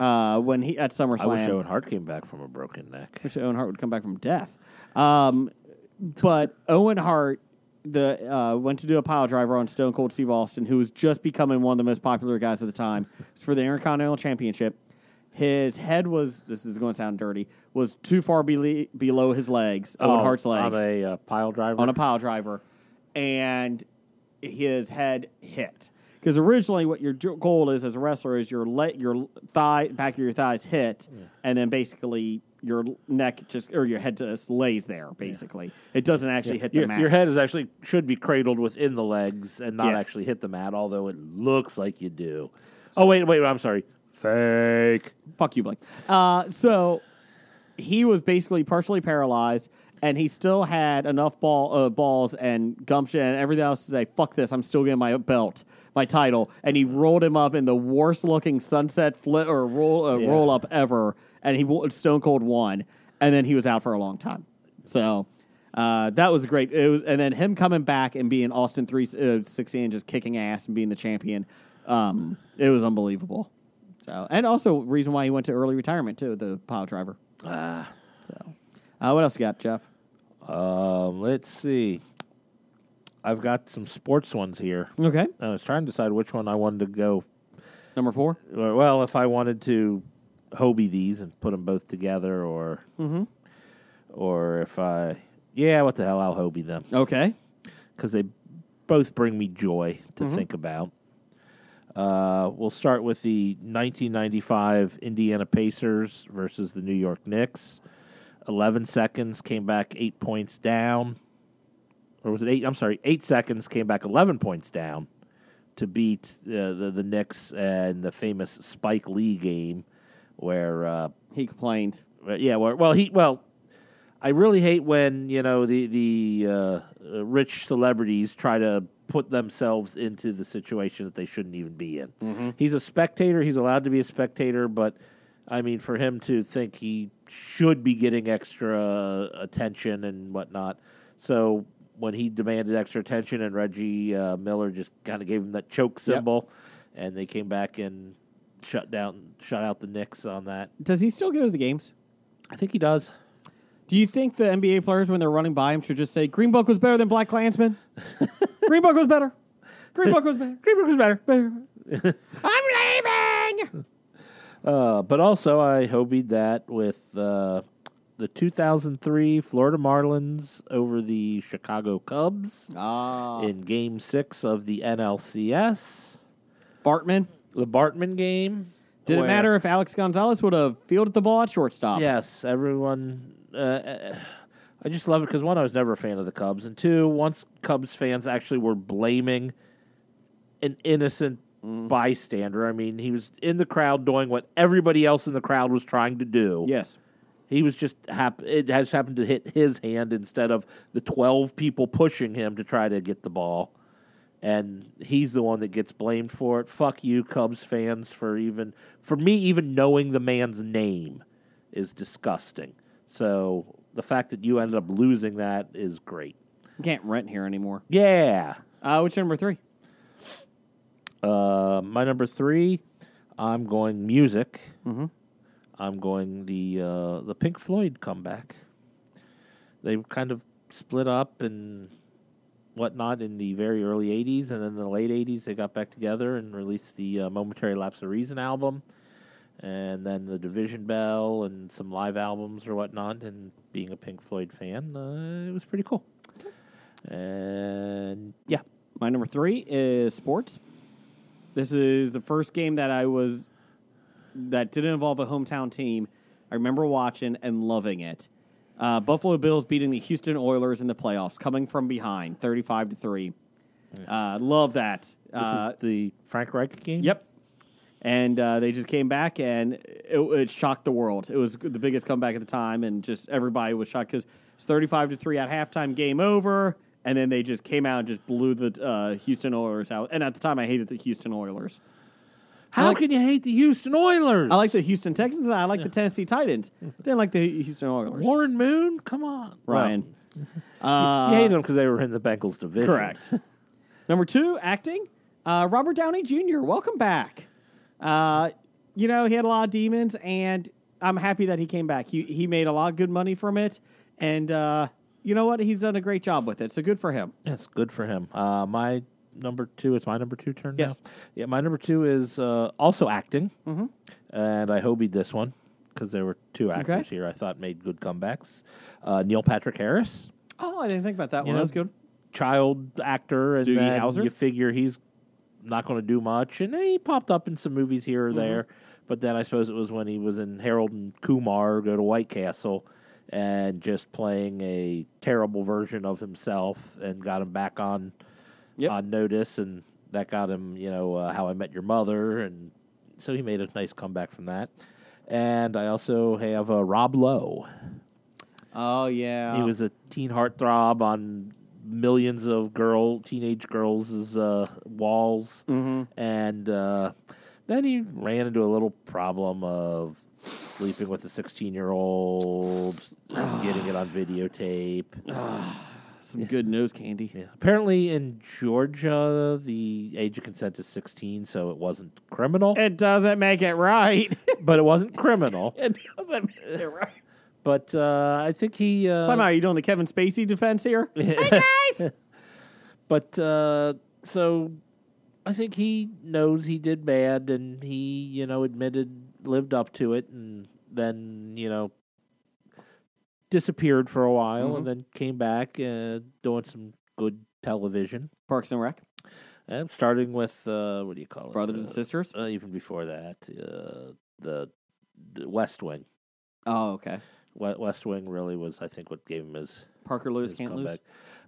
uh, when he at SummerSlam.
I wish Owen Hart came back from a broken neck.
wish Owen Hart would come back from death. Um, but Owen Hart the uh, went to do a pile driver on Stone Cold Steve Austin, who was just becoming one of the most popular guys at the time. It was for the Intercontinental Championship. His head was this is going to sound dirty was too far bele below his legs. Owen
Oh,
Hart's legs
on a uh, pile driver.
on a pile driver, and his head hit. Because originally, what your jo- goal is as a wrestler is your let your thigh back of your thighs hit, and then basically your neck just or your head just lays there. Basically, it doesn't actually hit the
your,
mat.
your head is actually should be cradled within the legs and not
Yes.
actually hit the mat, although it looks like you do. Oh wait, wait, I'm sorry. Fake.
Fuck you, Blake. Uh, so he was basically partially paralyzed, and he still had enough ball uh, balls and gumption and everything else to say, "Fuck this! I'm still getting my belt, my title." And he rolled him up in the worst looking sunset flip or roll uh,
Yeah.
roll up ever, and he wa- Stone Cold won, and then he was out for a long time. So. Uh, that was great. It was, and then him coming back and being Austin three uh, sixteen, just kicking ass and being the champion. Um, it was unbelievable. So, and also reason why he went to early retirement too, the pile driver.
Ah.
Uh, what else you got, Jeff?
Um, let's see. I've got some sports ones here.
Okay,
I was trying to decide which one I wanted to go
number four.
Or, well, if I wanted to Hobie these and put them both together, or or if I, yeah, what the hell, I'll Hobie them
Okay,
because they both bring me joy to think about. Uh, we'll start with the 1995 Indiana Pacers versus the New York Knicks. 11 seconds, came back eight points down. Or was it eight? I'm sorry, eight seconds, came back 11 points down to beat uh, the, the Knicks and the famous Spike Lee game where uh,
he complained.
uh, yeah. Well, well, he well, I really hate when you know the the uh, uh, rich celebrities try to put themselves into the situation that they shouldn't even be in. He's a spectator. He's allowed to be a spectator, but I mean, for him to think he should be getting extra attention and whatnot. So when he demanded extra attention, and Reggie uh, Miller just kind of gave him that choke symbol, and they came back and shut down, shut out the Knicks on that.
Does he still go to the games?
I think he does.
Do you think the NBA players, when they're running by him, should just say Green Book was better than Black Klansman? Green Book was better. Green Book was better. Green Book was better. better. I'm leaving.
Uh, but also, I hobied that with uh, the 2003 Florida Marlins over the Chicago Cubs
Ah,
in Game Six of the NLCS,
Bartman.
the Bartman game.
Did it
where-
matter if Alex Gonzalez would have fielded the ball at shortstop?
Yes, everyone. Uh, uh, I just love it because one, I was never a fan of the Cubs, and two, once Cubs fans actually were blaming an innocent bystander. I mean, he was in the crowd doing what everybody else in the crowd was trying to do.
Yes.
He was just hap- it has happened to hit his hand instead of the 12 people pushing him to try to get the ball. And he's the one that gets blamed for it. Fuck you Cubs fans for even for me even knowing the man's name is disgusting. So the fact that you ended up losing that is great.
You can't rent here anymore.
Yeah.
Uh, which number three?
Uh, my number three, I'm going music. I'm going the uh, the Pink Floyd comeback. They kind of split up, and whatnot in the very early 80s. And then the late 80s, they got back together and released the uh, Momentary Lapse of Reason album. And then the Division Bell and some live albums or whatnot. And being a Pink Floyd fan, uh, it was pretty cool. And yeah.
My number three is sports. This is the first game that I was that didn't involve a hometown team. I remember watching and loving it. Uh, Buffalo Bills beating the Houston Oilers in the playoffs, coming from behind, thirty-five to three. Uh, love that. uh,
this is the Frank Reich game?
Yep. And uh, they just came back, and it, it shocked the world. It was the biggest comeback at the time, and just everybody was shocked because it's thirty-five to three at halftime, game over, and then they just came out and just blew the uh, Houston Oilers out. And at the time, I hated the Houston Oilers.
How can you hate the Houston Oilers?
I like the Houston Texans. and I like the Tennessee Titans. Didn't like the Houston Oilers.
Warren Moon? Come on.
Ryan, Uh,
Well, you hate them because they were in the Bengals division.
correct. Number two, acting. Uh, Robert Downey Jr. Welcome back. Uh, you know he had a lot of demons, and I'm happy that he came back. He he made a lot of good money from it, and uh, you know what? He's done a great job with it. So good for him.
Yes, good for him. Uh, my number two, it's my number two turn
Yes.
now. Yeah, my number two is uh, also acting. Mm-hmm. And I hobied this one because there were two actors here I thought made good comebacks. Uh, Neil Patrick Harris,
Oh, I didn't think about that
You
one.
know,
That's good.
child actor. And
Doogie
then
Howser?
you figure he's not going to do much. And he popped up in some movies here or
Mm-hmm.
there. But then I suppose it was when he was in Harold and Kumar Go to White Castle and just playing a terrible version of himself and got him back on
Yep.
on notice, and that got him, you know, uh, How I Met Your Mother, and so he made a nice comeback from that. And I also have uh, Rob Lowe.
Oh yeah.
he was a teen heartthrob on millions of girl, teenage girls' uh, walls, and uh, then he ran into a little problem of sleeping with a sixteen-year-old, getting it on videotape.
some good nose candy.
Yeah. Apparently, in Georgia, the age of consent is 16, so it wasn't criminal.
It doesn't make it right.
but it wasn't criminal.
it doesn't make it right.
But uh, I think he. Uh,
Time out. Are you doing the Kevin Spacey defense here?
But uh, so I think he knows he did bad, and he, you know, admitted, lived up to it, and then, you know, disappeared for a while,
Mm-hmm.
and then came back uh, doing some good television.
Parks and Rec.
And starting with, uh, what do you call it?
Brothers
Uh,
and sisters.
uh, even before that, uh, the, the West Wing.
Oh okay.
We- West Wing really was, I think, what gave him his,
Parker Lewis
his
can't lose.
comeback.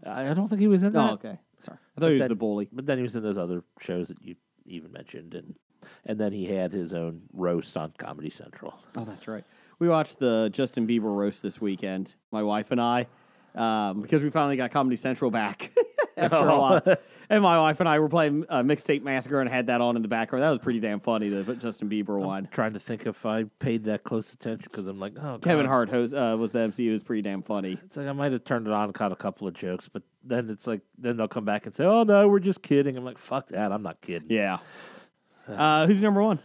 I I don't think he was in that.
Oh okay. Sorry. I thought he was
that-
the bully.
But then he was in those other shows that you even mentioned, and and then he had his own roast on Comedy Central.
Oh, that's right. We watched the Justin Bieber roast this weekend, my wife and I, um, because we finally got Comedy Central back after a
Oh.
while. And my wife and I were playing uh, Mixtape Massacre and had that on in the background. That was pretty damn funny, the Justin Bieber one.
Trying to think if I paid that close attention because I'm like, oh,
Kevin
God.
Hart host, uh, was the MC. It was pretty damn funny.
It's like I might have turned it on and caught a couple of jokes, but then it's like, then they'll come back and say, oh no, we're just kidding. I'm like, fuck that, I'm not kidding.
Yeah. Uh, who's number one?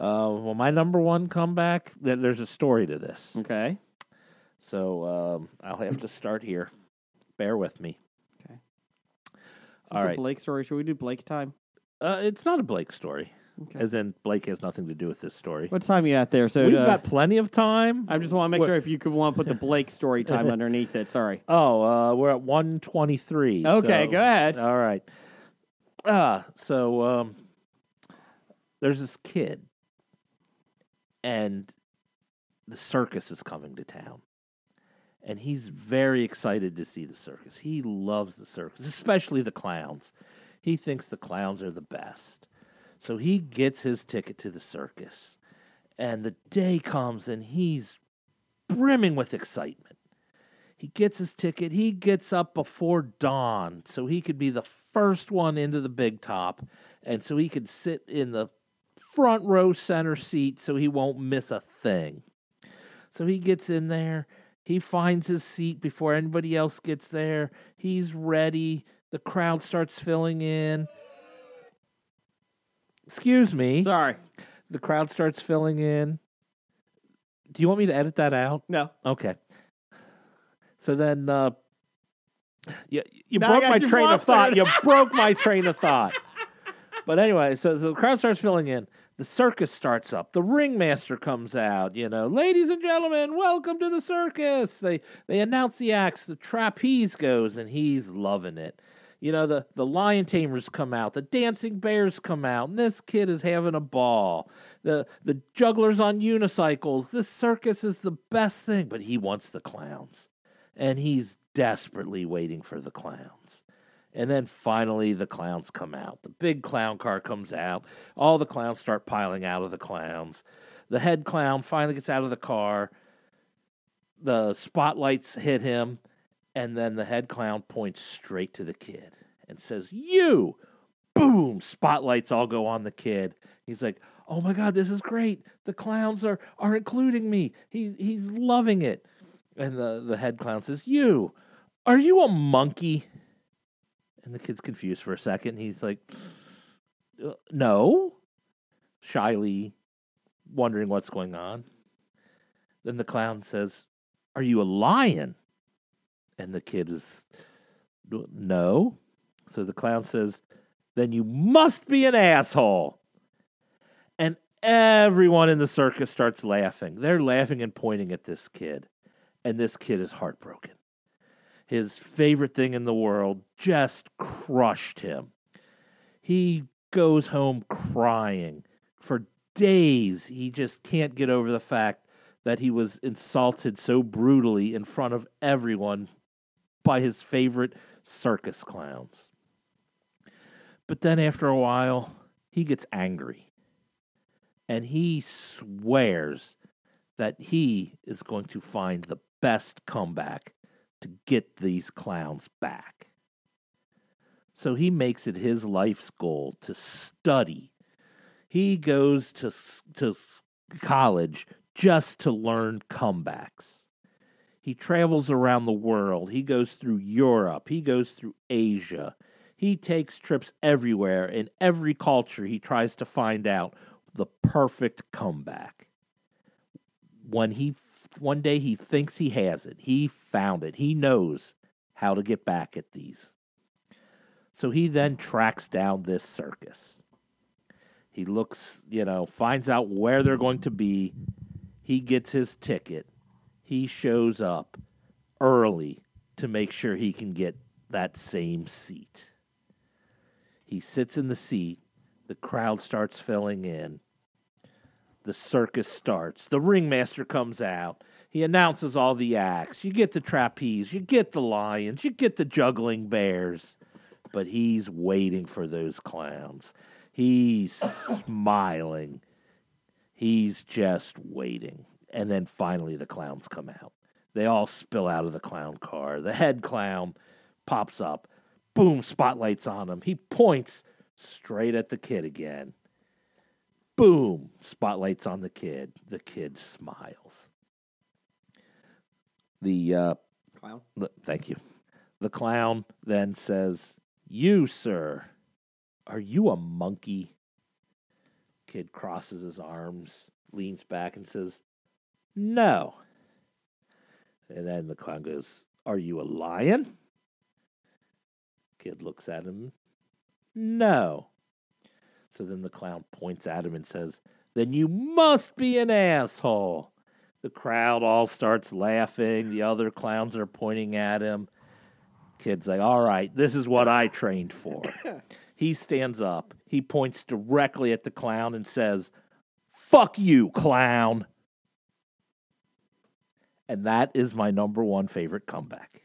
Uh, well, my number one comeback. Th- there's a story to this.
Okay.
So um, I'll have to start here. Bear with me.
Okay.
All right.
Blake story. Should we do Blake time?
Uh, it's not a Blake story,
Okay.
as in Blake has nothing to do with this story.
What time you at there? So
We've
uh,
got plenty of time.
I just want to make
What-
sure if you could want to put the Blake story time underneath it. Sorry.
Oh, uh, we're at one twenty-three.
Okay,
so-
go ahead.
All right. Ah, so um, there's this kid, and the circus is coming to town, and he's very excited to see the circus. He loves the circus, especially the clowns. He thinks the clowns are the best, so he gets his ticket to the circus, and the day comes, and he's brimming with excitement. He gets his ticket. He gets up before dawn so he could be the first one into the big top and so he could sit in the front row center seat so he won't miss a thing. So he gets in there. He finds his seat before anybody else gets there. He's ready. The crowd starts filling in. Excuse me.
Sorry.
The crowd starts filling in. Do you want me to edit that out?
No.
Okay. So then uh, You, you
Now I
broke
got
my
you
train of thought.
flustered.
You broke my train of thought. But anyway, so, so the crowd starts filling in. The circus starts up. The ringmaster comes out. You know, ladies and gentlemen, welcome to the circus. They they announce the acts. The trapeze goes, and he's loving it. You know, the the lion tamers come out. The dancing bears come out, and this kid is having a ball. The the jugglers on unicycles. This circus is the best thing. But he wants the clowns, and he's desperately waiting for the clowns. And then finally, the clowns come out. The big clown car comes out. All the clowns start piling out of the clowns. The head clown finally gets out of the car. The spotlights hit him. And then the head clown points straight to the kid and says, You! Boom! Spotlights all go on the kid. He's like, Oh my God, this is great. The clowns are, are including me. He, he's loving it. And the, the head clown says, You! Are you a monkey? And the kid's confused for a second. He's like, "Uh, no, shyly wondering what's going on. Then the clown says, Are you a lion? And the kid is, No. So the clown says, Then you must be an asshole. And everyone in the circus starts laughing. They're laughing and pointing at this kid. And this kid is heartbroken his favorite thing in the world, just crushed him. He goes home crying for days. He just can't get over the fact that he was insulted so brutally in front of everyone by his favorite circus clowns. But then after a while, he gets angry and he swears that he is going to find the best comeback to get these clowns back. So he makes it his life's goal to study. He goes to s- to s- college just to learn comebacks. He travels around the world. He goes through Europe. He goes through Asia. He takes trips everywhere. In every culture, he tries to find out the perfect comeback when he one day he thinks he has it. He found it. He knows how to get back at these. So he then tracks down this circus. He looks, you know, finds out where they're going to be. He gets his ticket. He shows up early to make sure he can get that same seat. He sits in the seat. The crowd starts filling in the circus starts. The ringmaster comes out. He announces all the acts. You get the trapeze, you get the lions, you get the juggling bears. But he's waiting for those clowns. He's smiling. He's just waiting. And then finally the clowns come out. They all spill out of the clown car. The head clown pops up. Boom, spotlights on him. He points straight at the kid again boom, spotlights on the kid. The kid smiles. The uh,
Clown?
the- thank you. The clown then says, "You, sir, are you a monkey?" Kid crosses his arms, leans back, and says, "No." And then the clown goes, "Are you a lion?" Kid looks at him, "No." So then the clown points at him and says, Then you must be an asshole. The crowd all starts laughing. The other clowns are pointing at him. Kid's like, All right, this is what I trained for. he stands up. He points directly at the clown and says, Fuck you, clown. And that is my number one favorite comeback.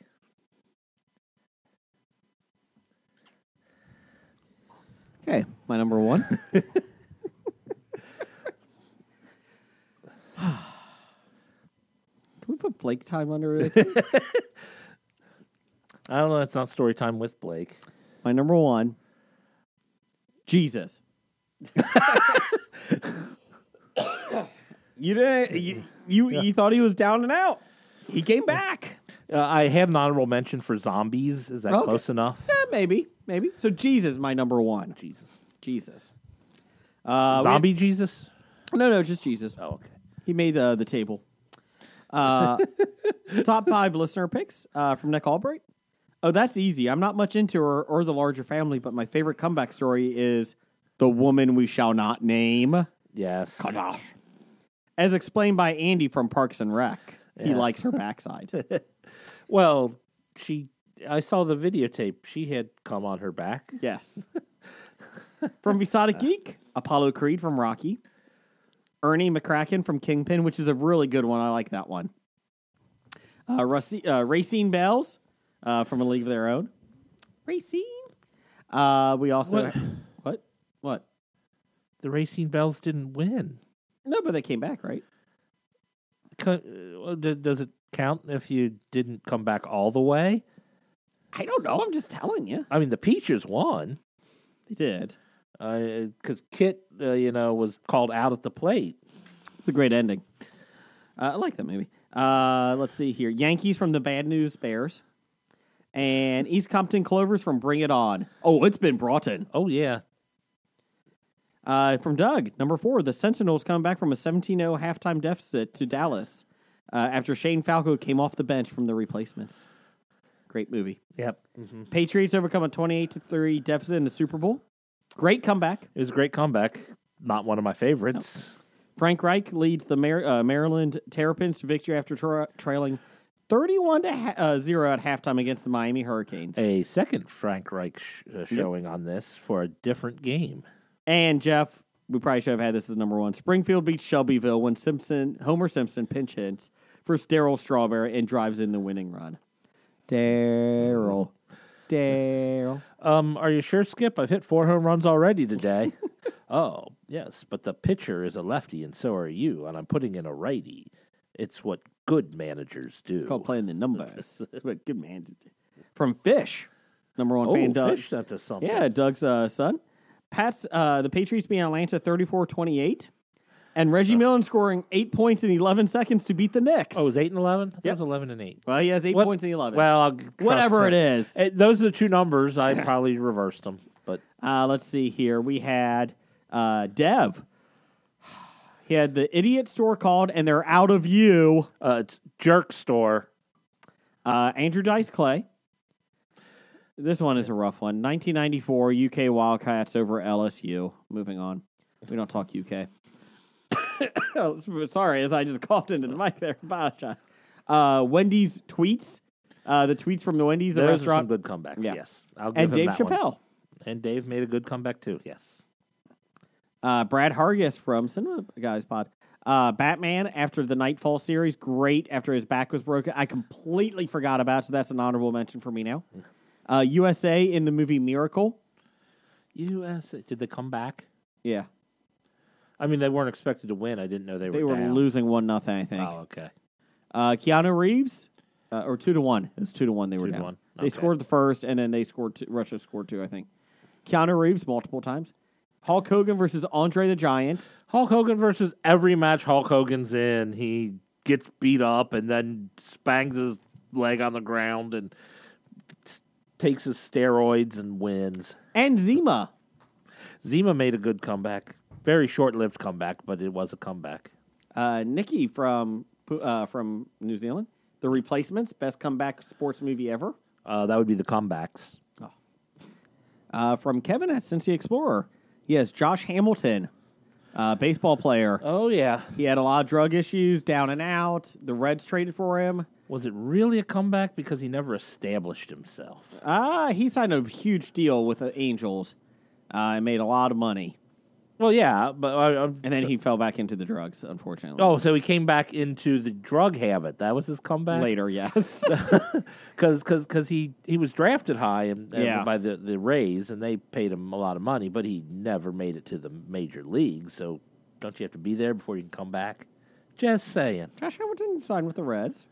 Okay, my number one.
Can we put Blake time under it?
I don't know, it's not story time with Blake.
My number one. Jesus. you didn't. You, you you thought he was down and out. He came back.
Uh, I had an honorable mention for zombies. Is that
Okay.
close enough?
Eh, maybe, maybe. So Jesus, my number one.
Jesus.
Jesus. Uh, we-
Zombie Jesus?
no, no, just Jesus.
Oh, okay.
He made uh, the table. Uh, top five listener picks uh, from Nick Albright. Oh, that's easy. I'm not much into her or the larger family, but my favorite comeback story is The Woman We Shall Not Name.
Yes.
Kadash. As explained by Andy from Parks and Rec, he
Yeah.
likes her backside.
Well, she. I saw the videotape. She had come on her back.
yes. from Besotted Geek, Apollo Creed from Rocky, Ernie McCracken from Kingpin, which is a really good one. I like that one. Uh, Rusty, uh, Racine Bells uh, from A League of Their Own. Racine. Uh, we also.
What?
what? What?
The Racing Bells didn't win.
No, but they came back, right?
Co- uh, d- Does it count if you didn't come back all the way?
I don't know. I'm just telling you.
I mean, the Peaches won
They did.
because Kit, uh, you know, was called out at the plate.
It's a great ending. Uh, I like that movie. Uh, let's see here. Yankees from the Bad News Bears. And East Compton Clovers from Bring It On. Oh, it's been brought in.
Oh yeah,
Uh, from Doug, number four, the Sentinels come back from a 17 0 halftime deficit to Dallas uh, after Shane Falco came off the bench from the replacements. Great movie.
yep.
Patriots overcome a 28 3 deficit in the Super Bowl. Great comeback.
It was a great comeback. Not one of my favorites.
Frank Reich leads the Mar- uh, Maryland Terrapins to victory after tra- trailing 31 to ha- uh, 0 at halftime against the Miami Hurricanes.
A second Frank Reich sh- uh, showing on this for a different game.
And Jeff, we probably should have had this as number one. Springfield beats Shelbyville when Simpson Homer Simpson pinch hits for Daryl Strawberry and drives in the winning run. Daryl, Daryl.
Um, are you sure, Skip? I've hit four home runs already today. oh, yes, but the pitcher is a lefty, and so are you, and I'm putting in a righty. It's what good managers do.
Called playing the numbers. That's what good man did. From Fish, number one
oh,
fan. Doug.
fish that to something.
Yeah, Doug's uh, son. Pat's uh, the Patriots beat Atlanta 34-28. And Reggie Millen scoring eight points in 11 seconds to beat the Knicks.
Oh, it was eight and eleven. That was eleven and eight.
well, he has eight
What-
points in 11.
Well, I'll g- trust
Whatever
her.
it is.
Eh, those are the two numbers. I probably reversed them, but
Uh, let's see here. We had uh, Dev. He had the idiot store called, and they're out of you.
uh, it's jerk store.
Uh, Andrew Dice Clay. This one is a rough one. 1994 UK Wildcats over LSU. Moving on. We don't talk UK. Oh, s- Sorry, as I just coughed into the mic there. Apologize. Uh, Wendy's tweets. Uh, the tweets from the Wendy's, the
Those are
restaurant,
some good comebacks.
Yeah.
Yes, I'll give
and
him
Dave
that one.
Chappelle.
And Dave made a good comeback too. Yes.
Uh, Brad Hargis from Cinema Guys Pod. Uh, Batman after the Nightfall series, great after his back was broken. I completely forgot about, so that's an honorable mention for me now. Uh, USA in the movie Miracle.
U.S. Did they come back?
Yeah,
I mean, they weren't expected to win. I didn't know they,
they were
down.
losing one nothing, I think.
Oh, okay.
Uh, Keanu Reeves, uh, or two to one. It was two to one. They were
Two to
down.
one,
They
okay.
scored the first, and then they scored. Two, Russia scored two, I think. Keanu Reeves multiple times. Hulk Hogan versus Andre the Giant.
Hulk Hogan versus every match Hulk Hogan's in, he gets beat up and then spangs his leg on the ground and s- takes his steroids and wins.
And Zima.
Zima made a good comeback. Very short-lived comeback, but it was a comeback.
Uh, Nikki from uh, from New Zealand. The Replacements, best comeback sports movie ever.
Uh, that would be the comebacks.
Uh, from Kevin at Cincy Explorer. He has Josh Hamilton, uh, baseball player.
Oh yeah.
He had a lot of drug issues, down and out. The Reds traded for him.
Was it really a comeback because he never established himself?
Ah, he signed a huge deal with the Angels. Uh, and made a lot of money,
Well, yeah, but uh, I, I'm,
and then he fell back into the drugs. Unfortunately,
oh, so he came back into the drug habit. That was his comeback.
later, yes.
because cause, cause he, he was drafted high and, and
Yeah.
by the, the Rays, and they paid him a lot of money, but he never made it to the major leagues. So don't you have to be there before you can come back? Just saying.
Josh Hamilton signed with the Reds.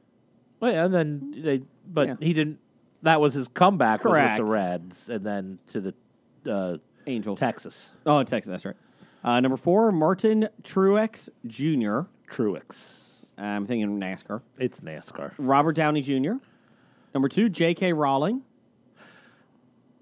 Well, yeah, and then they, but
Yeah.
he didn't. That was his comeback was
Correct.
with the Reds, and then to the uh,
Angels.
Texas
Oh, Texas. That's right. Uh, number four, Martin Truex Jr.
Truex.
Um, I'm thinking NASCAR.
It's NASCAR.
Robert Downey Jr. Number two, J.K. Rowling.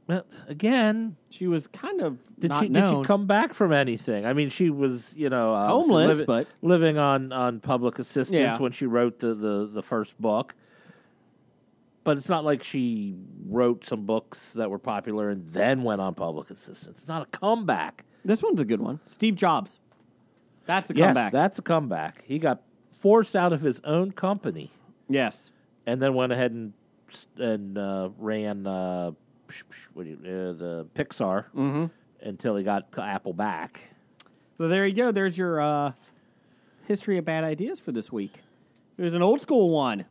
Well, again,
She was kind of
Did
not
she did
known.
she come back from anything? I mean, she was you know uh,
Homeless,
living,
but-
living on on public assistance
Yeah.
when she wrote the, the the first book. But it's not like she wrote some books that were popular and then went on public assistance. It's not a comeback.
This one's a good one. Steve Jobs. That's a
yes,
comeback.
that's a comeback. He got forced out of his own company
yes.
and then went ahead and and uh, ran uh, psh, psh, what do you, uh, the Pixar until he got Apple back.
So there you go. There's your uh, history of bad ideas for this week. It was an old school one.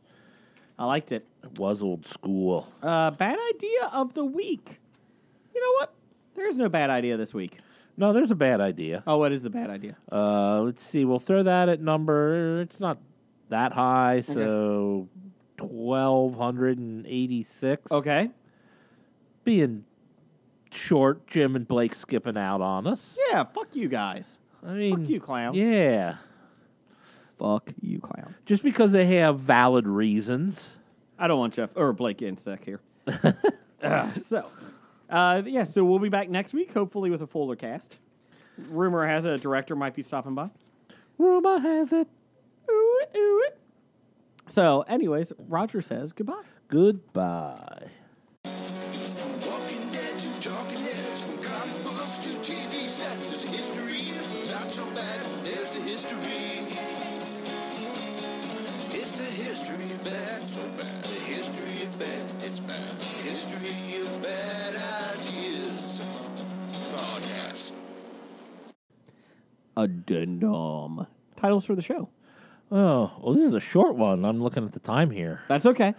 I liked it.
It was old school.
Uh, bad idea of the week. You know what? There's no bad idea this week.
No, there's a bad idea.
Oh, what is the bad idea?
Uh, let's see. We'll throw that at number. It's not that high, so twelve hundred and eighty-six.
Okay.
being short, Jim and Blake skipping out on us.
Yeah, fuck you guys.
I mean,
Fuck you, clown.
Yeah,
Fuck you, clown.
just because they have valid reasons.
I don't want Jeff or Blake getting stuck here. Uh, so, uh, yeah, so we'll be back next week, hopefully with a fuller cast. Rumor has it a director might be stopping by.
Rumor has it.
Ooh, it, ooh, it. So, anyways, Roger says goodbye.
Goodbye.
Walking Dead to Talking Heads, from comic books to TV sets, there's a history. Not so bad, there's the history. It's the history of bad, so bad. The history of bad, it's bad. History of bad ideas. Oh, Podcast.
Addendum.
Titles for the show.
Oh, well, this is a short one. I'm looking at the time here.
That's okay.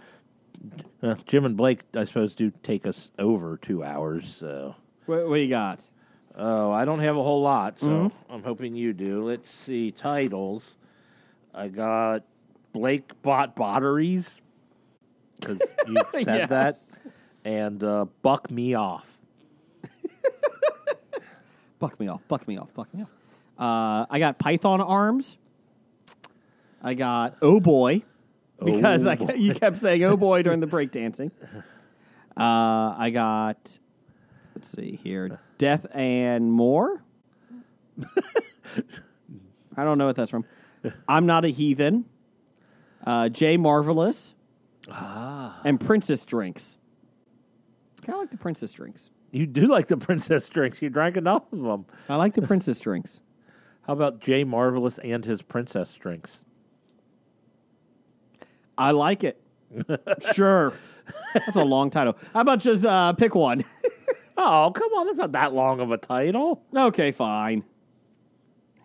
Uh, Jim and Blake, I suppose, do take us over two hours. So,
What, what do you got?
oh, I don't have a whole lot. So I'm hoping you do. Let's see titles. I got Blake bought botteries because you said that, and uh, buck me off.
Buck me off, buck me off, buck me off. Uh, I got Python arms. I got Oh Boy, because
Oh
I,
boy.
you kept saying Oh Boy during the breakdancing. Uh, I got, let's see here, Death and More. I don't know what that's from. I'm Not a Heathen. Uh, Jay Marvelous.
Ah.
And Princess Drinks. Kind of like the Princess Drinks.
you do like the princess drinks. You drank enough of them.
I like the Princess Drinks.
How about Jay Marvelous and his princess drinks?
I like it. sure. That's a long title. How about just uh, pick one?
Oh, come on. That's not that long of a title.
okay, fine.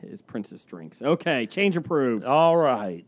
His princess drinks. Okay, change approved.
All right.